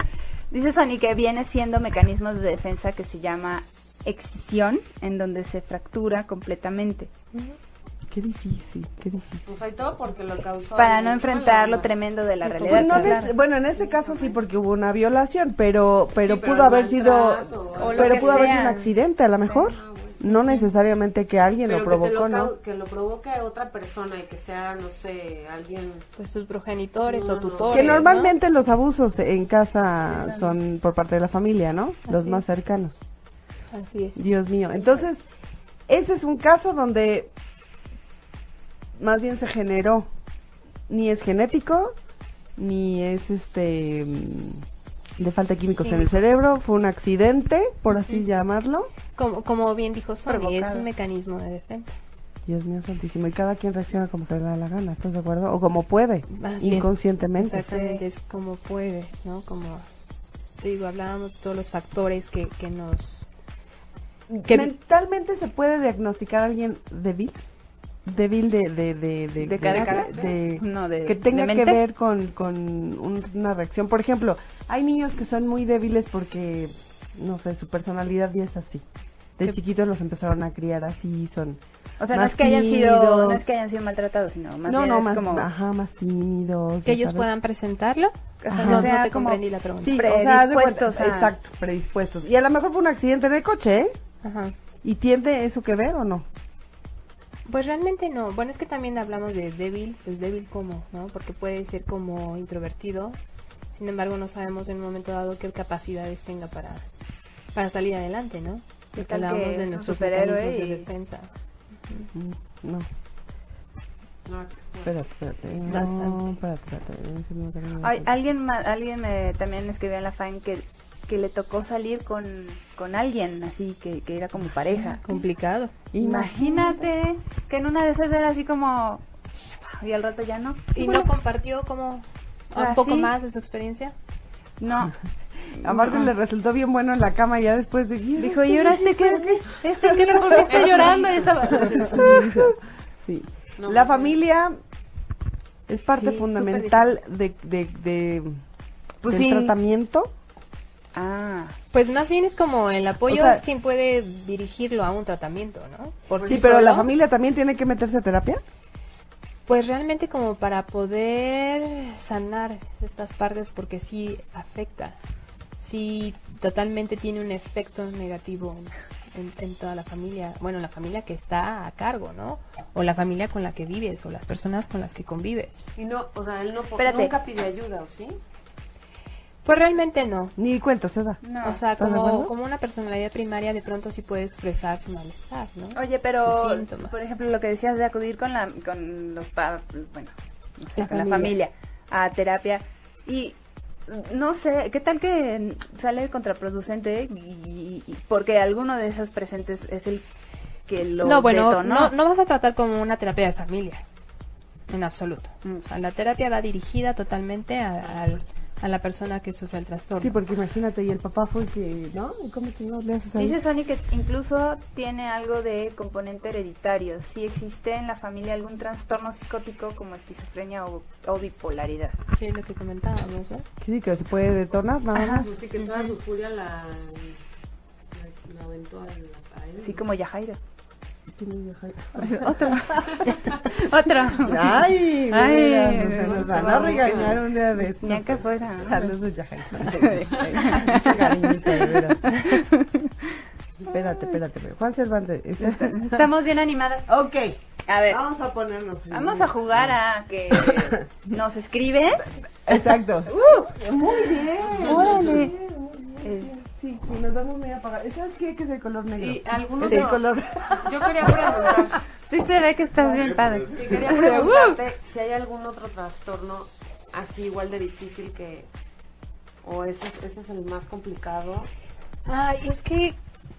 F: Dice Sony que viene siendo mecanismos de defensa que se llama excisión, en donde se fractura completamente
D: qué difícil, qué difícil.
E: Pues hay todo porque lo causó.
F: para
E: el-
F: no enfrentar lo
E: la-
F: tremendo de la realidad.
D: Pues no des-
F: claro.
D: bueno, en este caso sí, porque hubo una violación, pero, pero
E: Sí, pero
D: pudo haber sido,
E: maltrato, o
F: lo
D: pero
F: que
D: pudo haber sido un
F: sea.
D: accidente a lo mejor.
E: Ah, bueno.
D: No necesariamente que alguien
E: Pero
D: lo
E: que te
D: provocó,
E: lo,
D: ¿no?
E: cau- que lo provoque otra persona y que sea, no sé, alguien
H: Pues tus progenitores
E: No,
H: o
E: no.
H: tutores.
D: Que
H: ¿no?
D: normalmente los abusos en casa son por parte de la familia, ¿no? Los
H: Así
D: más
H: es.
D: cercanos.
H: Así es.
D: Dios mío. Entonces, ese es un caso donde más bien se generó. Ni es genético, ni es este mm, de falta de químicos en el cerebro. Fue un accidente, por así llamarlo.
H: Como, como bien dijo Sony, es
F: Provocada.
H: un mecanismo de defensa.
D: Dios mío santísimo. Y cada quien reacciona como se le da la gana, ¿estás de acuerdo? O como puede,
H: Más bien.
D: inconscientemente.
H: Exactamente, es como puedes, ¿no? Como, te digo, hablábamos de todos los factores que, que nos... que-
D: ¿Mentalmente se puede diagnosticar a alguien débil? Débil de... De, de, de,
F: ¿De carácter?
D: de-
F: No, de-
D: que tenga
F: de
D: que
F: mente.
D: ver con, con un- una reacción. Por ejemplo, hay niños que son muy débiles porque, no sé, su personalidad ya es así. De
H: Que-
D: chiquitos los empezaron a criar así, son...
F: O sea, no
D: más
F: es que hayan sido,
D: tímidos.
F: no es que hayan sido maltratados, sino más
D: no,
F: bien
D: no,
F: es
D: más,
F: como
D: ajá, más tímidos.
H: que
D: ya
H: ellos
D: sabes.
H: puedan presentarlo.
F: sea,
H: Ajá.
F: que
H: no, no
F: sea
H: te
F: como-
H: comprendí la pregunta.
D: Sí, o sea, haz de cuenta-
F: predispuestos a-
D: Exacto, predispuestos. Y a lo mejor fue un accidente en el coche, ¿eh?
H: Ajá.
D: ¿Y tiene eso que ver o no?
H: Pues realmente no. Bueno, es que también hablamos de débil, pues débil como, ¿no? Porque puede ser como introvertido. Sin embargo, no sabemos en un momento dado qué capacidades tenga para, para salir adelante, ¿no?
F: ¿Qué
H: Porque
F: tal que
H: hablábamos
F: es
H: de
F: un
H: nuestros
F: superhéroe
H: mecanismos
F: y-
H: de defensa.
D: Mm, No.
E: No, bueno.
D: Espérate, espérate. No,
H: Bastante.
D: espérate, espérate. Es que no tengo-
F: Ay, alguien ma- alguien me también escribió en la fan que, que le tocó salir con, con alguien así que, que era como pareja.
H: Complicado.
F: Imagínate que en una de esas era así como y al rato ya no.
H: ¿Y
F: Bueno,
H: no compartió como
F: Ah,
H: un poco
F: sí.
H: más de su experiencia?
F: no.
D: Aparte le resultó bien bueno en la cama ya después de...
F: Dijo, "¿Y ahora este qué? Este qué
H: pasó?
F: por qué está
E: Eso
F: llorando?"
E: hizo.
F: Y estaba-
D: Sí.
E: No,
D: la
E: pues,
D: familia es parte
F: Sí,
D: fundamental de, de, de-
F: Pues
D: del
F: sí.
D: tratamiento.
F: Ah.
H: Pues más bien es como el apoyo
D: O sea-
H: es quien puede dirigirlo a un tratamiento, ¿no? Por
D: sí, pero la
H: solo.
D: familia también tiene que meterse a terapia.
H: Pues realmente como para poder sanar estas partes porque sí afecta, sí totalmente tiene un efecto negativo en, en toda la familia, bueno, la familia que está a cargo, ¿no? O la familia con la que vives, o las personas con las que convives.
E: Y no, o sea, él no po-
H: Espérate.
E: nunca pide ayuda, ¿o sí?
H: Pues realmente no.
D: Ni cuenta se da.
F: No.
H: O sea,
D: ¿Estás de
H: como,
D: acuerdo?
H: como una personalidad primaria de pronto sí puede expresar su malestar, ¿no?
F: Oye, pero,
H: Sus síntomas.
F: por ejemplo, lo que decías de acudir con, la, con los pa- bueno, no sé,
H: La
F: con la familia
H: familia.
F: a terapia y no sé, ¿qué tal que sale contraproducente y, y- porque alguno de esos presentes es el que lo
H: no, bueno,
F: detonó?
H: no, no vas a tratar como una terapia de familia, en absoluto.
F: Mm.
H: O sea, la terapia va dirigida totalmente a, al- a la persona que sufre el trastorno.
D: Sí, porque imagínate, y el papá fue el que, ¿no? ¿Y ¿Cómo chingados le haces ahí?
F: Dice Sony que incluso tiene algo de componente hereditario. Si existe en la familia algún trastorno psicótico como esquizofrenia o, o bipolaridad.
H: Sí, lo que comentábamos, ¿no?
D: Sí, que se puede detonar nada más.
E: Pues sí, que toda su furia la, la, la aventó al- a él.
F: Así como Yajaira.
D: Otra.
F: Otra.
D: Ay,
F: Ay,
D: mira, no se nos van a
F: no.
D: regañar un día de estos.
F: Ya que fuera.
D: Saludos, Yajaira. Esa cariñita, de veras. Espérate, espérate. pero Juan Cervantes. ¿es esta?
F: Estamos bien animadas.
D: Ok,
F: A ver,
D: vamos a ponernos. en-
F: vamos a jugar a que nos escribes.
D: Exacto. Muy bien.
F: Órale. Eh,
D: Sí, sí, nos vamos muy apagados. ¿Sabes qué? Que es el color negro.
E: Y algunos
D: Es el
E: no.
D: color.
E: Yo quería preguntar,
F: Sí se ve que estás bien padre.
E: y quería preguntarte si hay algún otro trastorno así igual de difícil que o ese, es- ese es el más complicado.
H: Ay, es que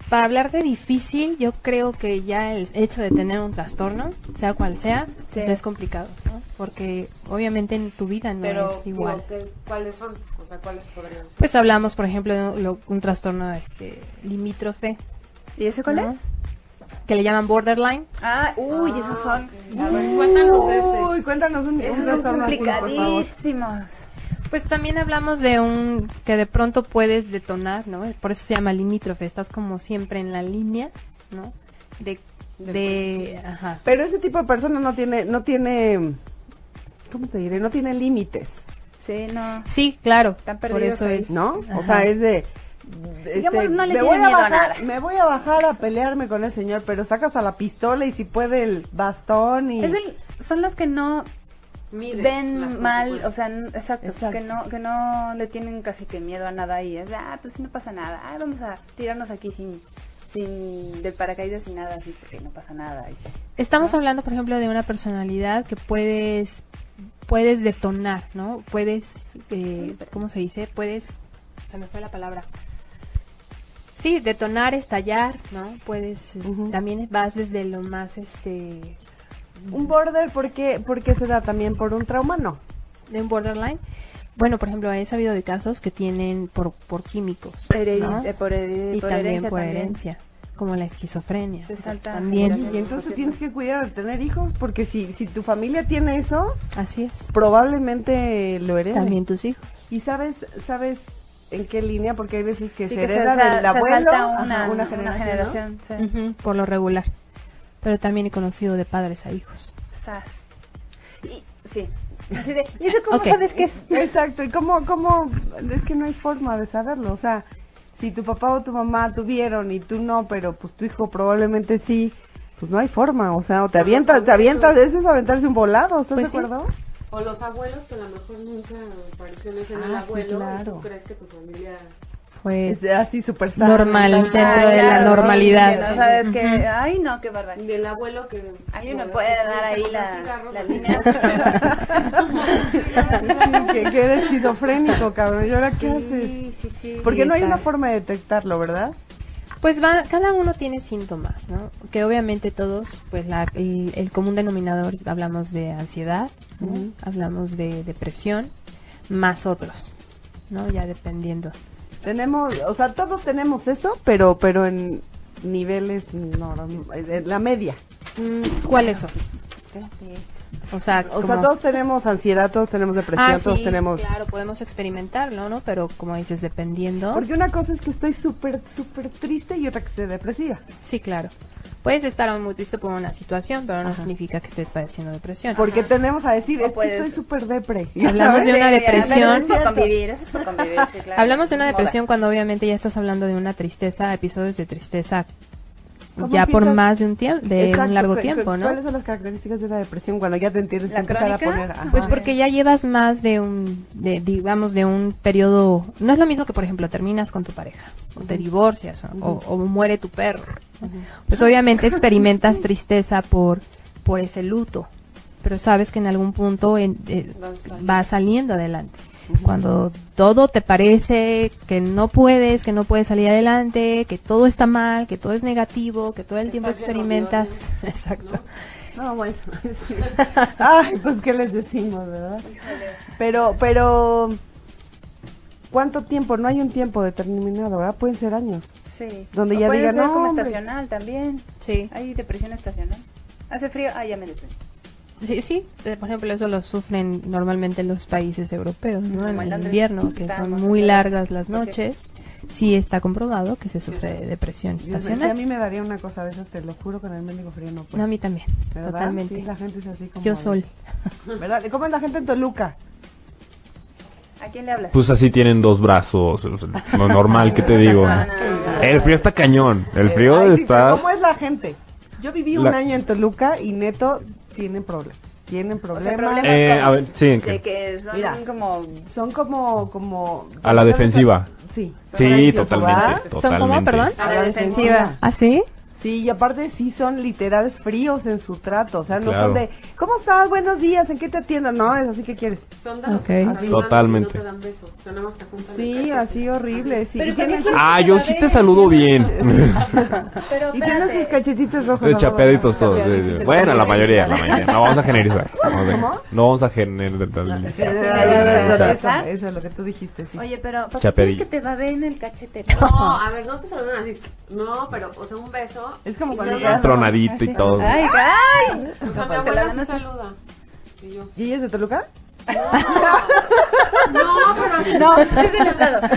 H: para hablar de difícil, yo creo que ya el hecho de tener un trastorno, sea cual sea,
F: Sí.
H: pues es complicado, ¿no? Porque obviamente en tu vida no
E: Pero
H: es igual.
E: digo, ¿qué- ¿cuáles son? O sea, ¿cuáles podrían ser?
H: Pues hablamos, por ejemplo, de lo- un trastorno este limítrofe,
F: ¿Y ese cuál
H: ¿no?
F: es?
H: que le llaman borderline.
F: Ah, uy, esos son.
E: A ver, cuéntanos de ese.
D: Uy, cuéntanos un
F: Esos
D: un
F: son
D: trastorno así, por favor.
F: complicadísimos.
H: Pues también hablamos de un que de pronto puedes detonar, ¿no? Por eso se llama limítrofe, estás como siempre en la línea, ¿no? De, de ajá.
D: Pero ese tipo de personas no tiene, no tiene, ¿cómo te diré? No tiene límites,
F: Sí, no.
H: Sí, claro,
F: Están
H: por
F: perdidos
H: eso
F: ahí.
H: es.
D: ¿no? O
H: Ajá.
D: sea, es de... este,
F: Digamos, no le
D: me
F: tiene
D: voy
F: miedo a
D: bajar-
F: nada.
D: Me voy a bajar a pelearme con el señor, pero sacas a la pistola y si puede el bastón y...
F: Es el- son los que no
E: Mide las pues.
F: ven mal, o
E: consecuencias.
F: sea, n- exacto,
D: Exacto.
F: Que, no, que no le tienen casi que miedo a nada y es, ah, pues sí, no pasa nada, ah, vamos a tirarnos aquí sin, sin del paracaídas sin nada, así porque no pasa nada. Y-
H: Estamos hablando, por ejemplo, de una personalidad que puedes puedes detonar, ¿no? Puedes, eh, ¿cómo se dice? Puedes, se me fue la palabra. Sí, detonar, estallar, ¿no? Puedes, es-
D: Ujú.
H: también vas desde lo más, este,
D: Un border, ¿por qué, por qué se da también por un trauma? No.
H: de un borderline. Bueno, por ejemplo, he sabido de casos que tienen por, por químicos,
F: Heredi-
H: ¿no?
F: eh, por, heri-
H: y
F: por
H: también
F: herencia
H: por
F: también.
H: herencia, como la esquizofrenia.
F: Se salta
H: También,
F: generaciones.
D: Y entonces tienes que cuidar de tener hijos, porque si, si tu familia tiene eso,
H: así es.
D: probablemente lo heredes.
H: También tus hijos.
D: ¿Y sabes, sabes en qué línea? Porque hay veces que
F: Sí,
D: se
F: que se,
D: hereda
F: sa-
D: del
F: se
D: abuelo
F: salta
D: ajá,
F: una, una
D: generación, ¿no?
F: generación. sí.
H: Ujú, por lo regular. Pero también he conocido de padres a hijos.
F: Sas. Y, sí. Así de, ¿Y eso cómo
H: Ok.
F: sabes que es?
D: Exacto, y cómo, cómo, es que no hay forma de saberlo, o sea, si tu papá o tu mamá tuvieron y tú no, pero pues tu hijo probablemente sí, pues no hay forma, o sea, o te avientas, te avientas, eso es aventarse un volado, ¿estás
H: Pues
D: de
H: sí.
D: acuerdo?
E: O los abuelos que a lo mejor nunca apareció en escena
D: Ah,
E: el
D: sí,
E: abuelo y
D: claro.
E: tú crees que tu familia
H: Fue
D: Es así súper sano.
H: normal, dentro
F: Ah,
H: de la
F: claro, sí,
H: normalidad.
F: que no sabes que,
H: Ujú.
F: ay no, qué barbaridad.
E: del abuelo que
F: Ahí uno
E: bueno,
F: puede
E: que
F: dar ahí
E: saca un
F: la,
E: cigarro,
F: la
E: pues,
F: línea.
D: Sí, que, que eres esquizofrénico, cabrón, ¿y ahora qué haces?
F: Sí, sí, sí.
D: Porque no hay
H: está.
D: una forma de detectarlo, ¿verdad?
H: Pues va, cada uno tiene síntomas, ¿no? Que obviamente todos, pues la, el, el común denominador, hablamos de ansiedad, ¿no? hablamos de depresión, más otros, ¿no? Ya dependiendo.
D: Tenemos, o sea, todos tenemos eso, pero, pero en niveles, no, en la media.
H: Mm, ¿Cuáles son? O sea,
D: O sea,
H: como-
D: todos tenemos ansiedad, todos tenemos depresión,
H: Ah,
D: todos
H: sí,
D: tenemos...
H: claro, podemos experimentarlo, ¿no? Pero como dices, dependiendo.
D: Porque una cosa es que estoy súper, súper triste y otra que estoy depresiva.
H: Sí, claro. Puedes estar muy triste por una situación, pero no significa que estés padeciendo depresión.
D: Porque tenemos a decir,
F: O
D: es que
F: puedes-
D: estoy súper depre.
H: Hablamos de una
F: Sí,
H: depresión.
F: a ver, eso es por convivir, eso es por convivir, sí, claro.
H: Hablamos de una
F: Moda.
H: depresión cuando obviamente ya estás hablando de una tristeza, episodios de tristeza
D: ¿Cómo
H: ya por
D: empiezas?
H: más de un tiempo, de
D: Exacto,
H: un largo
D: cu- cu-
H: tiempo, ¿no?
D: ¿Cuáles son las características de una depresión cuando ya te entiendes?
F: ¿La
D: te empiezan a
F: crónica?
D: poner, ajá.
H: Pues porque ya llevas más de un, de, digamos, de un periodo. No es lo mismo que, por ejemplo, terminas con tu pareja, o te divorcias, o, o- o muere tu perro. ¿no? Pues obviamente experimentas tristeza por, por ese luto, pero sabes que en algún punto en- eh,
E: Vas saliendo.
H: vas saliendo adelante. Cuando todo te parece que no puedes, que no puedes salir adelante, que todo está mal, que todo es negativo, que todo el
E: Que
H: tiempo
E: estás lleno de
H: experimentas.
E: odio,
H: Exacto.
E: ¿no?
D: No, bueno. sí. Ay, pues qué les decimos, ¿verdad? Pero, pero... ¿Cuánto tiempo? No hay un tiempo determinado, ¿verdad? Pueden ser años.
F: Sí.
D: Donde
F: O
D: ya
F: puede
D: digan,
F: ser
D: "No,
F: como
D: hombre".
F: estacional también.
H: Sí.
F: Hay depresión estacional. Hace frío, ah, ya me depresión.
H: Sí, sí. Eh, Por ejemplo, eso lo sufren normalmente los países europeos, ¿no?
F: Como
H: En
F: en
H: el
F: Londres.
H: invierno, que son
F: Estábamos
H: muy
F: hace-
H: largas las
F: Ok.
H: noches. Sí está comprobado que se sufre de depresión
D: Dios mío, sí, a
H: estacional.
D: mí me daría una cosa a veces, te lo juro, con el mendigo frío no puedo.
H: No, a mí también,
D: pues, ¿Verdad? Sí,
H: totalmente.
D: la gente es así como...
H: Yo sol.
D: ¿Verdad? ¿Cómo es la gente en Toluca?
F: ¿A quién le hablas?
I: Pues así tienen dos brazos. Lo normal que te digo. El frío está cañón. El frío
D: Ay, sí, pero
I: está.
D: ¿Cómo es la gente? Yo viví un
I: La-
D: año en Toluca y neto tienen problemas.
F: O
D: Tienen problemas.
F: sea, problemas
I: Eh,
F: como
I: a ver, sí, ¿en
F: de
I: qué?
F: que son
D: Mira.
F: como
D: Son como, como...
I: A la defensiva.
D: Sí.
I: Sí,
D: Religiosos, ¿verdad?
I: totalmente.
H: ¿Son
I: totalmente.
H: cómo, perdón?
F: a la defensiva.
H: ¿Ah, sí?
D: Sí, y aparte sí son literal fríos en su trato. O sea, no
I: Claro.
D: son de, ¿cómo estás? Buenos días, ¿en qué te atiendo? No, es así que quieres.
E: Son de los
H: Ok.
E: que te saludan
I: Totalmente.
E: y No te dan beso. O sea, nada más te juntan el
D: Sí,
E: cachete.
D: así horrible. Sí.
F: Pero
D: Y tienen,
F: también-
I: Ah, yo sí te saludo bien.
F: Pero
D: y tienen sus
F: espérate.
D: cachetitos rojos.
I: Eh,
D: la
I: Chapeaditos
D: verdad.
I: todos. sí, sí. Bueno, la mayoría, la mayoría. No vamos a generalizar. vamos a- No vamos a generalizar.
D: Eso, eso es lo que tú dijiste, sí.
F: Oye, pero ¿por qué
I: Chapeadillo.
F: crees que te va a ver en el cachete?
E: No, a ver, no te saludan así. No, pero, o sea, un beso.
D: Es como
E: y
D: cuando
E: luego-
D: te das-
I: Tronadito y todo.
F: Ay, ay.
E: O sea, mi
F: Te la
E: abuela
F: dan
E: se
F: así.
E: saluda. Y yo,
D: ¿Y ella es de Toluca?
E: no, pero así
F: No, es del estado.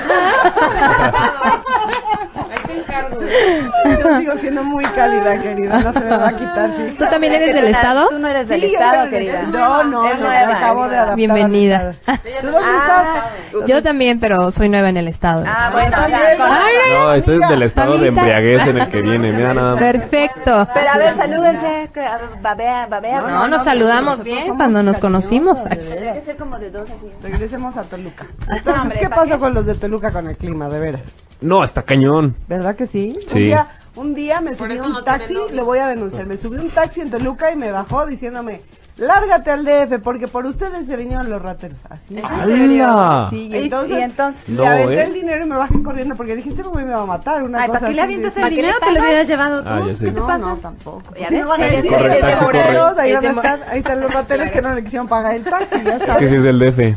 E: Ahí te encargo.
D: Yo sigo siendo muy cálida, querida. No se me va a quitar, sí.
H: ¿Tú también eres del estado?
F: Tú no eres
D: Sí,
F: del
D: yo
F: estado,
D: creo que-
F: querida.
D: No, no,
F: Es
D: no,
F: nueva,
D: me acabo
F: es
D: de
F: nueva.
D: adaptar.
H: Bienvenida.
D: al
E: Ella
D: ¿Tú
E: se-
D: dónde
E: Ah,
D: estás?
H: Yo también, pero soy nueva en el estado.
F: Ah, bueno, ya.
D: Ay,
F: con-
D: ay, ay.
I: No, este es del estado de
H: Amiguita.
I: embriaguez en el que viene. Mira nada más.
H: Perfecto.
F: Pero a ver, salúdense. que- a ver, Babea, babea.
H: No, nos saludamos bien cuando nos conocimos.
F: Tendría que ser como de dos así.
D: Regresemos a Toluca.
F: No, hombre,
D: ¿Qué
F: ¿pa'
D: pasó
F: qué?
D: con los de Toluca con el clima, de veras?
I: No, está cañón.
D: ¿Verdad que sí?
I: Sí.
D: Un día, un día me
E: Por
D: subí a
E: eso
D: un
E: no tiene
D: taxi,
E: novio.
D: le voy a denunciar, me subí a un taxi en Toluca y me bajó diciéndome, lárgate al DF porque por ustedes se vinieron los rateros. Así.
I: ¡Hala!
D: Sí, y
F: Y-
D: entonces,
F: y entonces-
D: le
I: No,
D: aventé
I: ¿eh?
D: el dinero y me bajé corriendo porque dije, este güey me va a matar. Una
F: Ay,
D: cosa
F: ¿para qué le
D: así,
F: avientas
D: sí.
F: el dinero? Te lo hubieras llevado
I: Ah, ya
F: tú.
I: sé.
F: ¿Qué te
D: no,
F: pasa?
D: no, tampoco.
F: Ya
D: Sí,
F: ves,
D: me van a
F: que
D: decir,
I: corre,
D: "Eres de
I: taxi, corre".
D: Morelos, ahí,
H: Es de
D: van a estar- ahí están los rateros que no le quisieron pagar el taxi, ya
I: Es que
D: sabes.
I: sí es del DF.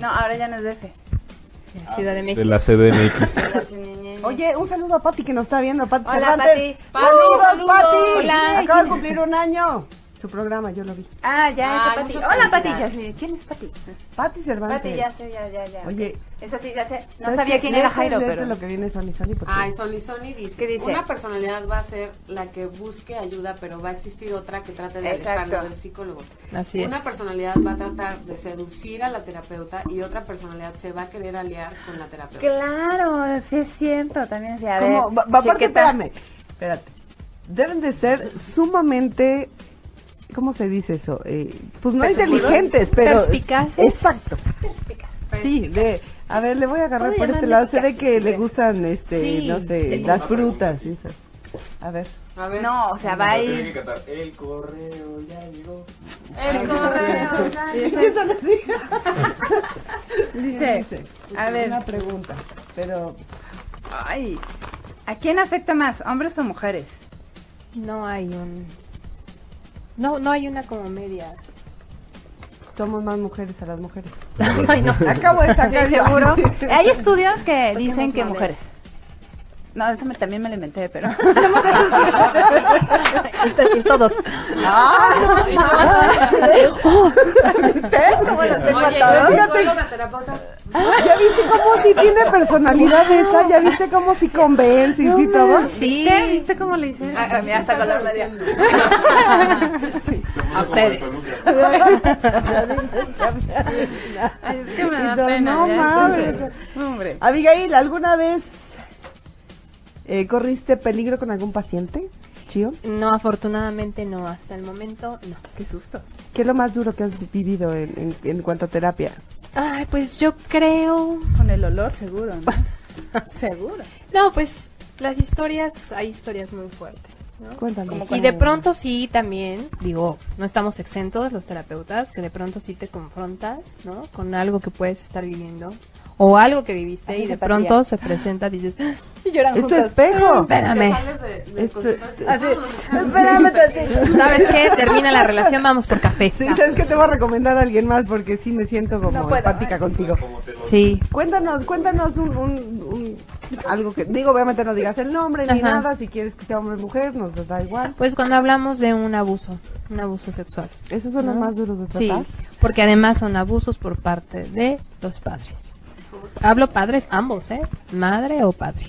F: No, ahora ya no es este. DF.
H: Ciudad de
I: De
H: México.
I: la CDMX.
D: Oye, un saludo a Pati que nos está viendo, a Pati
F: Hola,
D: Cervantes.
F: Pati.
E: Pati,
D: ¡Saludos,
E: saludos.
D: Pati!
H: Hola.
D: Acaba de cumplir un año. Su programa, yo lo vi.
F: Ah, ya,
E: Ay,
F: esa Pati.
E: muchas
F: Hola, Pati. Ya
E: felicidades.
F: sé. ¿Quién es Pati?
D: Pati Cervantes.
F: Pati, ya sé, ya, ya, ya.
D: Oye.
F: Esa sí, ya sé. No
D: ¿Sabes
F: sabía
D: qué?
F: quién era
D: Léete-
F: Jairo,
D: léete
F: pero...
D: lo que viene Sony, Sony, porque...
E: Ay, Sony Sony dice,
F: ¿Qué dice?
E: una personalidad va a ser la que busque ayuda, pero va a existir otra que trate de
F: Exacto.
E: alejarlo del psicólogo.
H: Así
E: una
H: es.
E: personalidad va a tratar de seducir a la terapeuta y otra personalidad se va a querer aliar con la terapeuta.
F: Claro, sí es cierto. También sí, a ver.
D: ¿Cómo? Va, va- aparte,
F: chiqueta.
D: espérame. Espérate. Deben de ser sumamente... ¿Cómo se dice eso? Eh, pues no inteligentes, pero...
H: Perspicaces.
D: Exacto. Sí, de... A ver, le voy a agarrar
F: ¿Cómo
D: por este
F: llaman
D: lado. Se ve
F: perspicaces?
D: que le gustan, este,
H: Sí,
D: no sé,
H: sí.
D: las frutas. y eso. A ver.
E: A ver,
F: No, o sea, va a ir...
I: El correo ya llegó.
E: el correo. ya.
D: Empiezan así.
F: Dice, a ver,
D: Una pregunta, pero...
F: ay, ¿a quién afecta más, hombres o mujeres?
H: No hay un... No, no hay una como media.
D: Somos más mujeres a las mujeres.
H: Ay, no.
D: Acabo de sacar
F: Sí, seguro. Hay estudios que dicen que mujeres. No, eso me- también me lo inventé, pero...
H: Y to- y todos.
F: ¿Eh?
E: Oye,
D: Matador.
E: ¿y
D: Fíjate.
E: la psicóloga, terapeuta.
D: Ya viste cómo si tiene personalidad esa, ya viste cómo si convences y todo.
H: Sí.
F: ¿Viste cómo le hice?
E: Ah, ah,
F: Mira, hasta
E: ¿qué
F: con la
E: estás
F: media.
E: haciendo?
H: A ustedes.
F: Ay, es que me
D: Y todo,
F: da pena.
D: no
F: ya,
D: mames.
F: entonces, Hombre.
D: Abigail, ¿alguna vez Eh, ¿Corriste peligro con algún paciente, Chío?
H: No, afortunadamente no, hasta el momento no.
D: Qué susto. ¿Qué es lo más duro que has vivido en, en- en cuanto a terapia?
H: Ay, pues yo creo...
F: Con el olor, seguro, ¿no? seguro.
H: No, pues las historias, hay historias muy fuertes. ¿no?
D: Cuéntame.
H: Y de pronto sí también, digo, no estamos exentos los terapeutas, que de pronto sí te confrontas, ¿no? Con algo que puedes estar viviendo o algo que viviste
F: Así
H: y
F: se
H: de
F: patea.
H: pronto se presenta, dices,
F: Y lloran
D: ¡Es tu
F: juntos.
D: espejo!
H: espérame,
E: Te sales de- del
D: Esto-
E: consultorio.
F: así,
E: Ah,
F: espérame tantito.
H: ¿sabes qué? Termina la relación, vamos por café.
D: Sí, sabes que te voy a recomendar a alguien más porque sí me siento como
F: puedo.
D: empática contigo.
H: Sí,
D: Cuéntanos, cuéntanos un, un- un- algo que digo, obviamente no digas el nombre ni
H: Ajá.
D: nada, si quieres que sea hombre o mujer, nos da igual.
H: pues cuando hablamos de un abuso, un abuso sexual.
D: Esos son los más duros de
H: Sí,
D: tratar.
H: porque además son abusos por parte de los padres. Hablo padres ambos, ¿eh? Madre o padre.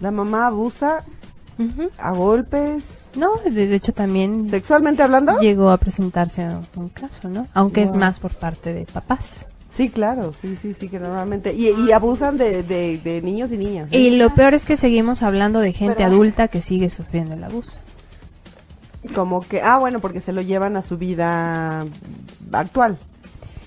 D: La mamá abusa
H: Ujú.
D: a golpes,
H: No, de, de hecho también
D: sexualmente hablando.
H: llegó a presentarse un caso, ¿no? Aunque es
D: Wow.
H: más por parte de papás.
D: Sí, claro, sí, sí, sí, que normalmente. Y, y abusan de, de- de niños y niñas. ¿eh?
H: Y lo peor es que seguimos hablando de gente adulta que sigue sufriendo el abuso.
D: Como que, ah, bueno, porque se lo llevan a su vida actual.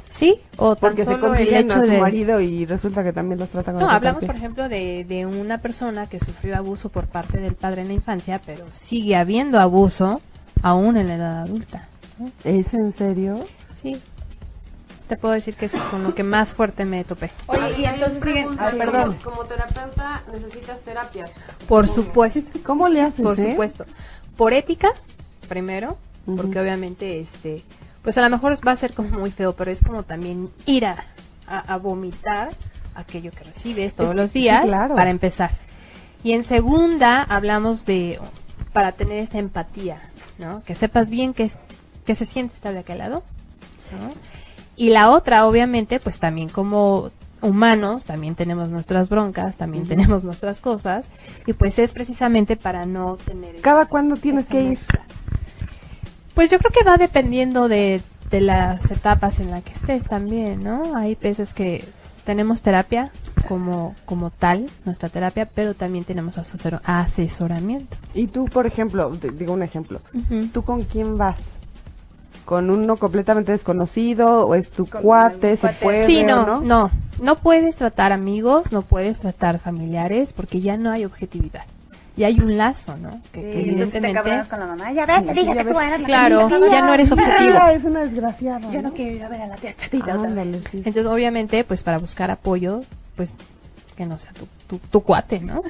H: Sí, o tan
D: Porque se
H: solo el
D: consiguen a
H: hecho
D: su
H: de
D: marido y resulta que también los tratan con
H: No,
D: otra
H: hablamos
D: parte.
H: por ejemplo de, de una persona que sufrió abuso por parte del padre en la infancia, pero sigue habiendo abuso aún en la edad adulta.
D: ¿Es en serio?
H: Sí. Te puedo decir que eso es con lo que más fuerte me topé.
E: A
F: Oye,
E: ver,
F: y entonces
E: pregunta,
F: siguen. Ah,
E: como-
F: perdón.
E: Como terapeuta necesitas terapias.
H: Por supuesto.
D: ¿Cómo le haces?
H: Por
D: eh?
H: supuesto. Por ética, primero,
D: Ujú.
H: porque obviamente, este, pues a lo mejor va a ser como muy feo, pero es como también ir a, a- a vomitar aquello que recibes todos
D: Es-
H: los
D: sí,
H: días
D: claro.
H: para empezar. Y en segunda, hablamos de, para tener esa empatía, ¿no? Que sepas bien que, es, que se siente estar de aquel lado. ¿no? Y la otra, obviamente, pues también como humanos, también tenemos nuestras broncas, también tenemos nuestras cosas, y pues es precisamente para no tener... esa-
D: ¿Cada cuándo tienes
H: esa
D: que ir?
H: mezcla. Pues yo creo que va dependiendo de, de las etapas en las que estés también, ¿no? Hay veces que tenemos terapia como, como tal, nuestra terapia, pero también tenemos asesor- asesoramiento.
D: Y tú, por ejemplo, te digo un ejemplo,
H: Ujú.
D: ¿tú con quién vas? ¿Con uno completamente desconocido? ¿O es tu cuate? ¿Se puede?
H: Sí,
D: o
H: no,
D: no,
H: no, no. puedes tratar amigos, no puedes tratar familiares, porque ya no hay objetividad. Ya hay un lazo, ¿no? Que, que
F: Y entonces te cabreas con la mamá. Ya ves, te dije que tú eras la
H: Claro,
F: que me
H: ya no eres
F: encantaba.
H: objetivo.
D: Ah, es una desgraciada.
F: Yo no
D: ¿no?
F: quiero ir a ver a la tía chatita otra vez.
D: Ándale, sí.
H: Entonces, obviamente, pues para buscar apoyo, pues que no sea tu, tu, tu cuate, ¿no?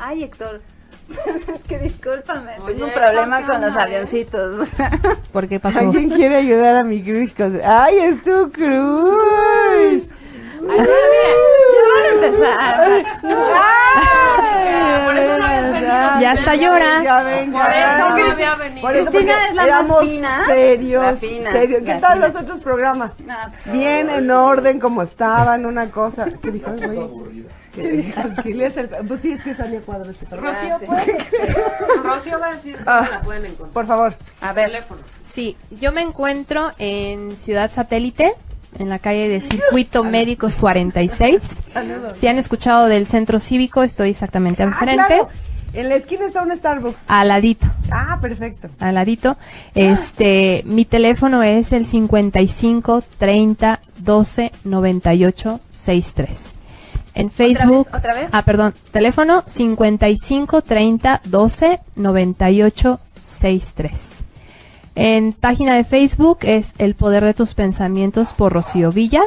F: Ay, Héctor. es que discúlpame.
E: Oye,
F: Tengo un problema
E: Héctor,
F: con los
E: ¿qué onda,
F: avioncitos. o sea.
H: Porque pasó.
D: ¿Alguien quiere ayudar a mi crush? con- ¡Ay, es tu crush!
F: Ay, mira, mira, ya van a empezar. Eh,
D: ¡Ay!
E: Por eso no habías venido.
H: Ya hasta llora.
D: Ya venga.
E: Por
F: Ah,
E: eso no había venido.
D: Por eso,
F: Cristina
D: porque
F: es la más
D: éramos
F: fina.
D: Serios,
F: La fina,
D: serios. ¿Qué
F: la
D: tal
F: fina.
D: los otros programas?
F: No, pues,
D: Bien en orden, como estaban, una cosa. ¿Qué dijo el güey? ¿Qué dijo? ¿Qué le hace el- Pues sí, es que salió cuadro este perro.
E: Rocío, ¿puedes, este, Rocío va a decir dónde la pueden encontrar.
D: Por favor.
F: A ver,
E: Teléfono.
H: Sí, yo me encuentro en Ciudad Satélite, en la calle de Circuito Médicos 46. Si han escuchado del Centro Cívico, estoy exactamente
D: Ah,
H: enfrente,
D: claro, En la esquina está un Starbucks.
H: al ladito.
D: Ah, perfecto.
H: al ladito. Este, mi teléfono es el 55 30 12 98 63. En Facebook,
F: vez? ¿Otra vez?
H: ah, perdón, teléfono 55 30 12 98 63. En página de Facebook es El Poder de tus Pensamientos por Rocío Villa.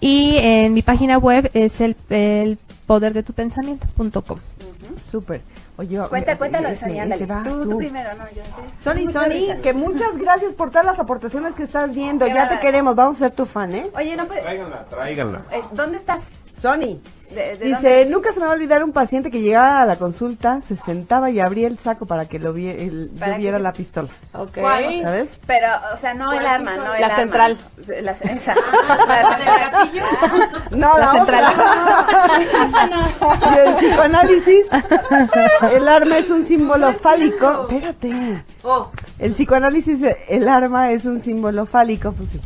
H: Y en mi página web es el, el poder de tu pensamiento.com.
D: Súper. Oye,
F: cuenta,
D: eh,
F: cuéntalo
D: ese-
F: eso y ándale.
D: ese vas
F: Tú,
D: tú.
F: tú primero, no, yo.
D: Sony,
F: Mucha
D: Sony,
F: risa.
D: que muchas gracias por todas las aportaciones que estás viendo.
F: Qué
D: Ya te
F: bárbaro.
D: queremos, vamos a ser tu fan, ¿eh?
F: Oye, no puedes.
I: Tráiganla, tráiganla.
F: eh, ¿Dónde estás?
D: Sony.
F: ¿De- de
D: Dice, nunca se me va a olvidar un paciente que llegaba a la consulta, se sentaba y abría el saco para que lo vie- el- yo
F: Para que
D: viera
F: se-
D: la pistola.
F: Ok.
E: ¿Cuál?
D: ¿Sabes?
F: Pero, o sea, no el
E: ¿Cuál
F: arma,
E: piso?
F: no el
H: La
F: arma.
H: central.
F: La, esa.
E: ¿La del gatillo?
D: No,
H: La central.
D: otra. y el psicoanálisis, el arma es un símbolo fálico. Espérate.
E: Oh,
D: El psicoanálisis, el arma es un símbolo fálico, pues sí.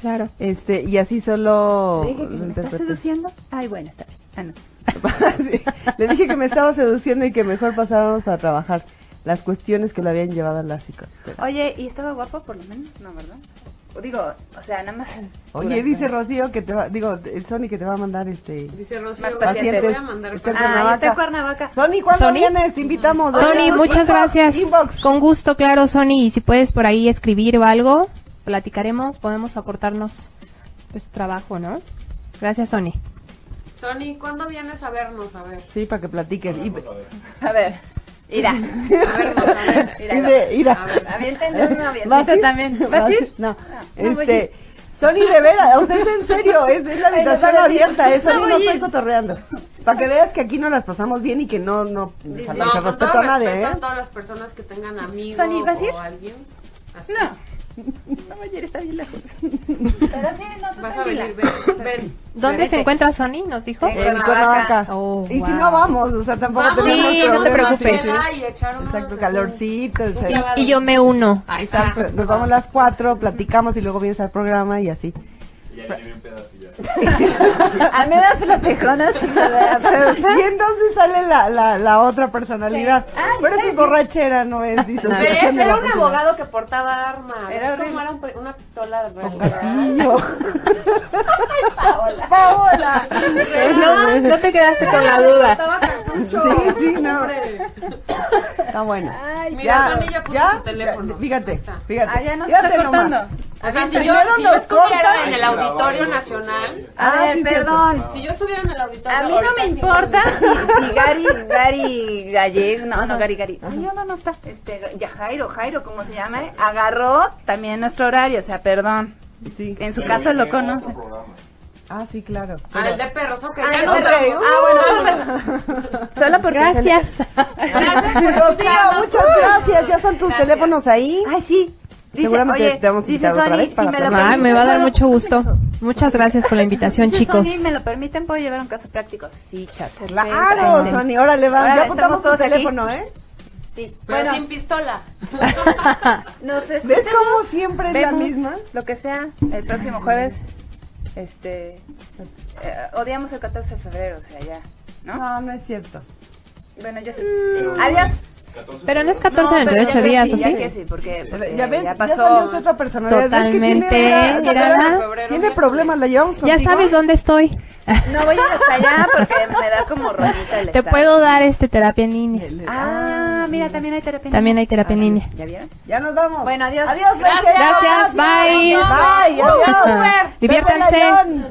H: Claro.
D: Este, y así solo
F: Dije que
D: lo
F: me estás
D: interpreté.
F: seduciendo. Ay, bueno, está bien. Ah, no.
D: Sí. Le dije que me estaba seduciendo y que mejor pasábamos para trabajar las cuestiones que le habían llevado a la psicoterapia.
F: Oye, ¿y estaba guapo por lo menos? No, ¿verdad? O Digo, o sea, nada más.
D: Oye, dice Rocío que te va, digo, el Sony que te va a mandar este...
E: Dice
F: Más
E: Rocío,
F: pacientes.
E: te voy a mandar
D: Está en
E: para-
F: Ah, está
D: Cuernavaca.
F: en Cuernavaca.
D: Sony, ¿cuándo
H: Sony?
D: vienes? Te invitamos.
H: Sony,
D: Inbox,
H: muchas gracias.
D: pues, Inbox.
H: Con gusto, claro, Sony. Y si puedes por ahí escribir o algo, platicaremos, podemos aportarnos pues trabajo, ¿no? Gracias, Sony.
E: Sony, ¿cuándo vienes a vernos? A ver.
D: Sí, para que platiquen. Y-
F: A ver, ira.
E: A vernos, a ver.
F: Ira,
D: y de- ira.
E: A ver,
F: Aviéntenle un
D: ¿Vas a
F: avioncito
D: ir?
F: Ah, también.
D: ¿Vas a ir? No. Este, Sony, de veras, o sea, es en serio, es, es la
F: Ay, no
D: habitación
F: voy a ir.
D: abierta, eso
F: No
D: no,
F: voy
D: no
F: a
D: estoy
F: ir.
D: cotorreando. Para que veas que aquí no las pasamos bien y que no, no,
F: No,
E: No,
D: faltamos el
E: con
D: respeto
E: todo
D: a nadie,
E: respeto
D: ¿eh?
E: a todas las personas que tengan amigos
F: Sony, ¿vas a ir?
E: o alguien. Así.
F: No. No, ayer está bien lejos. Pero sí, no, tú
E: Vas a
F: tranquila.
E: venir, ven, ven.
H: ¿Dónde se encuentra Sony? Nos dijo.
F: Venga.
D: En
F: Cuernavaca.
D: Cuernavaca.
H: Oh,
D: y si
H: wow.
D: no vamos, o sea, tampoco
E: Vamos,
D: tenemos
H: Sí, no te
D: problemas,
H: preocupes.
D: sí, sí.
E: Y echar unos
D: Exacto,
E: así.
D: calorcito, el
H: Y,
D: ser-
H: y yo me uno.
E: Ahí está.
D: Exacto, nos vamos las cuatro, platicamos y luego vienes al programa y así.
F: A mí me das las tejonas.
D: Y entonces sale la, la, la otra personalidad. Pero es borrachera, no es
E: Ves,
D: disociación de la
E: era un
D: personalidad.
E: abogado que portaba arma.
F: Era
E: Era como
F: horrible.
E: era un pe- una pistola de
D: Tío. Paola.
H: No, no te quedaste con la duda.
E: Estaba cartucho.
D: Sí, sí, no.
E: Hombre.
D: Está buena.
F: Ay,
E: Mira, Sony ya puso su teléfono.
D: Fíjate,
E: Ahí está.
D: fíjate.
F: Ah, ya nos
D: Fíjate
F: está
D: nomás.
F: cortando.
E: O sea, si yo,
D: primero
E: si yo
D: nos cortan.
E: estuviera en el Auditorio Nacional,
D: Ah,
F: A ver,
D: sí, cierto.
F: perdón.
E: si yo estuviera en el Auditorio
F: A mí no me
E: ahorita, sí,
F: importa si, si Gary, Gary Gallego, no, no, Gary, Gary. Ay, no, no, no está. Este, ya Jairo, Jairo, como se llama, eh? agarró también nuestro horario, o sea, perdón.
D: Sí.
F: En su caso lo conoce.
D: Ah, sí, claro.
E: Ah, el de perros, ok.
F: Ah,
E: ya
F: el
E: nos
F: de
E: vamos.
F: perros. Ah, bueno, Solo porque. Ah,
H: Gracias.
E: Gracias por
D: Rocío,
E: escucharnos.
D: muchas gracias. Ya están tus teléfonos ahí.
F: Ay, sí. Dice,
D: Seguramente
F: oye,
D: te vamos a
F: dice
D: invitar otra
F: Sony,
D: vez
F: si
D: para
F: me lo
D: platicar.
H: Ay, me va a dar mucho gusto.
F: Dice
H: Muchas gracias por la invitación, chicos.
F: pues, Sony, ¿me lo permiten? ¿Puedo llevar un caso práctico? Sí, chato.
D: Claro, Sony, órale, va.
F: Órale,
D: ya apuntamos
F: estamos
D: tu
F: todos aquí.
D: teléfono, ¿eh?
F: Sí.
E: Pero
F: Ah, Bueno,
E: sin pistola.
F: nos
D: ¿Ves
F: escuchamos.
D: cómo siempre es la
F: Vemos
D: misma?
F: lo que sea el próximo jueves. Este eh, odiamos el 14 de febrero, o sea, ya, ¿no?
D: No, no es cierto.
F: Bueno, yo sí. Adiós.
H: Pero no es 14 dentro de
F: pero
H: 8
F: ya que
H: días,
F: sí,
H: ¿o
F: ya
H: sí?
F: que sí, porque, porque
D: Ya ves, ya
F: ya
D: salió
F: pasó.
D: otra personalidad. ¿Ves que tiene-
H: Totalmente,
D: mira,
H: mírala.
D: Tiene, problemas, la llevamos
H: Ya
D: contigo.
H: sabes dónde estoy.
F: No voy hasta allá porque me da como rollita el
H: Te
F: estar.
H: puedo dar este terapia en línea.
F: Ah, mira, también hay terapia. en
H: También
F: línea.
H: hay terapia en
F: Ah,
H: línea.
F: ¿Ya vieron?
D: Ya nos vamos.
F: Bueno, adiós.
D: Adiós,
E: Gracias.
D: ranchero.
H: Gracias, bye.
D: Bye, adiós.
H: Diviértanse.
D: Vete al avión.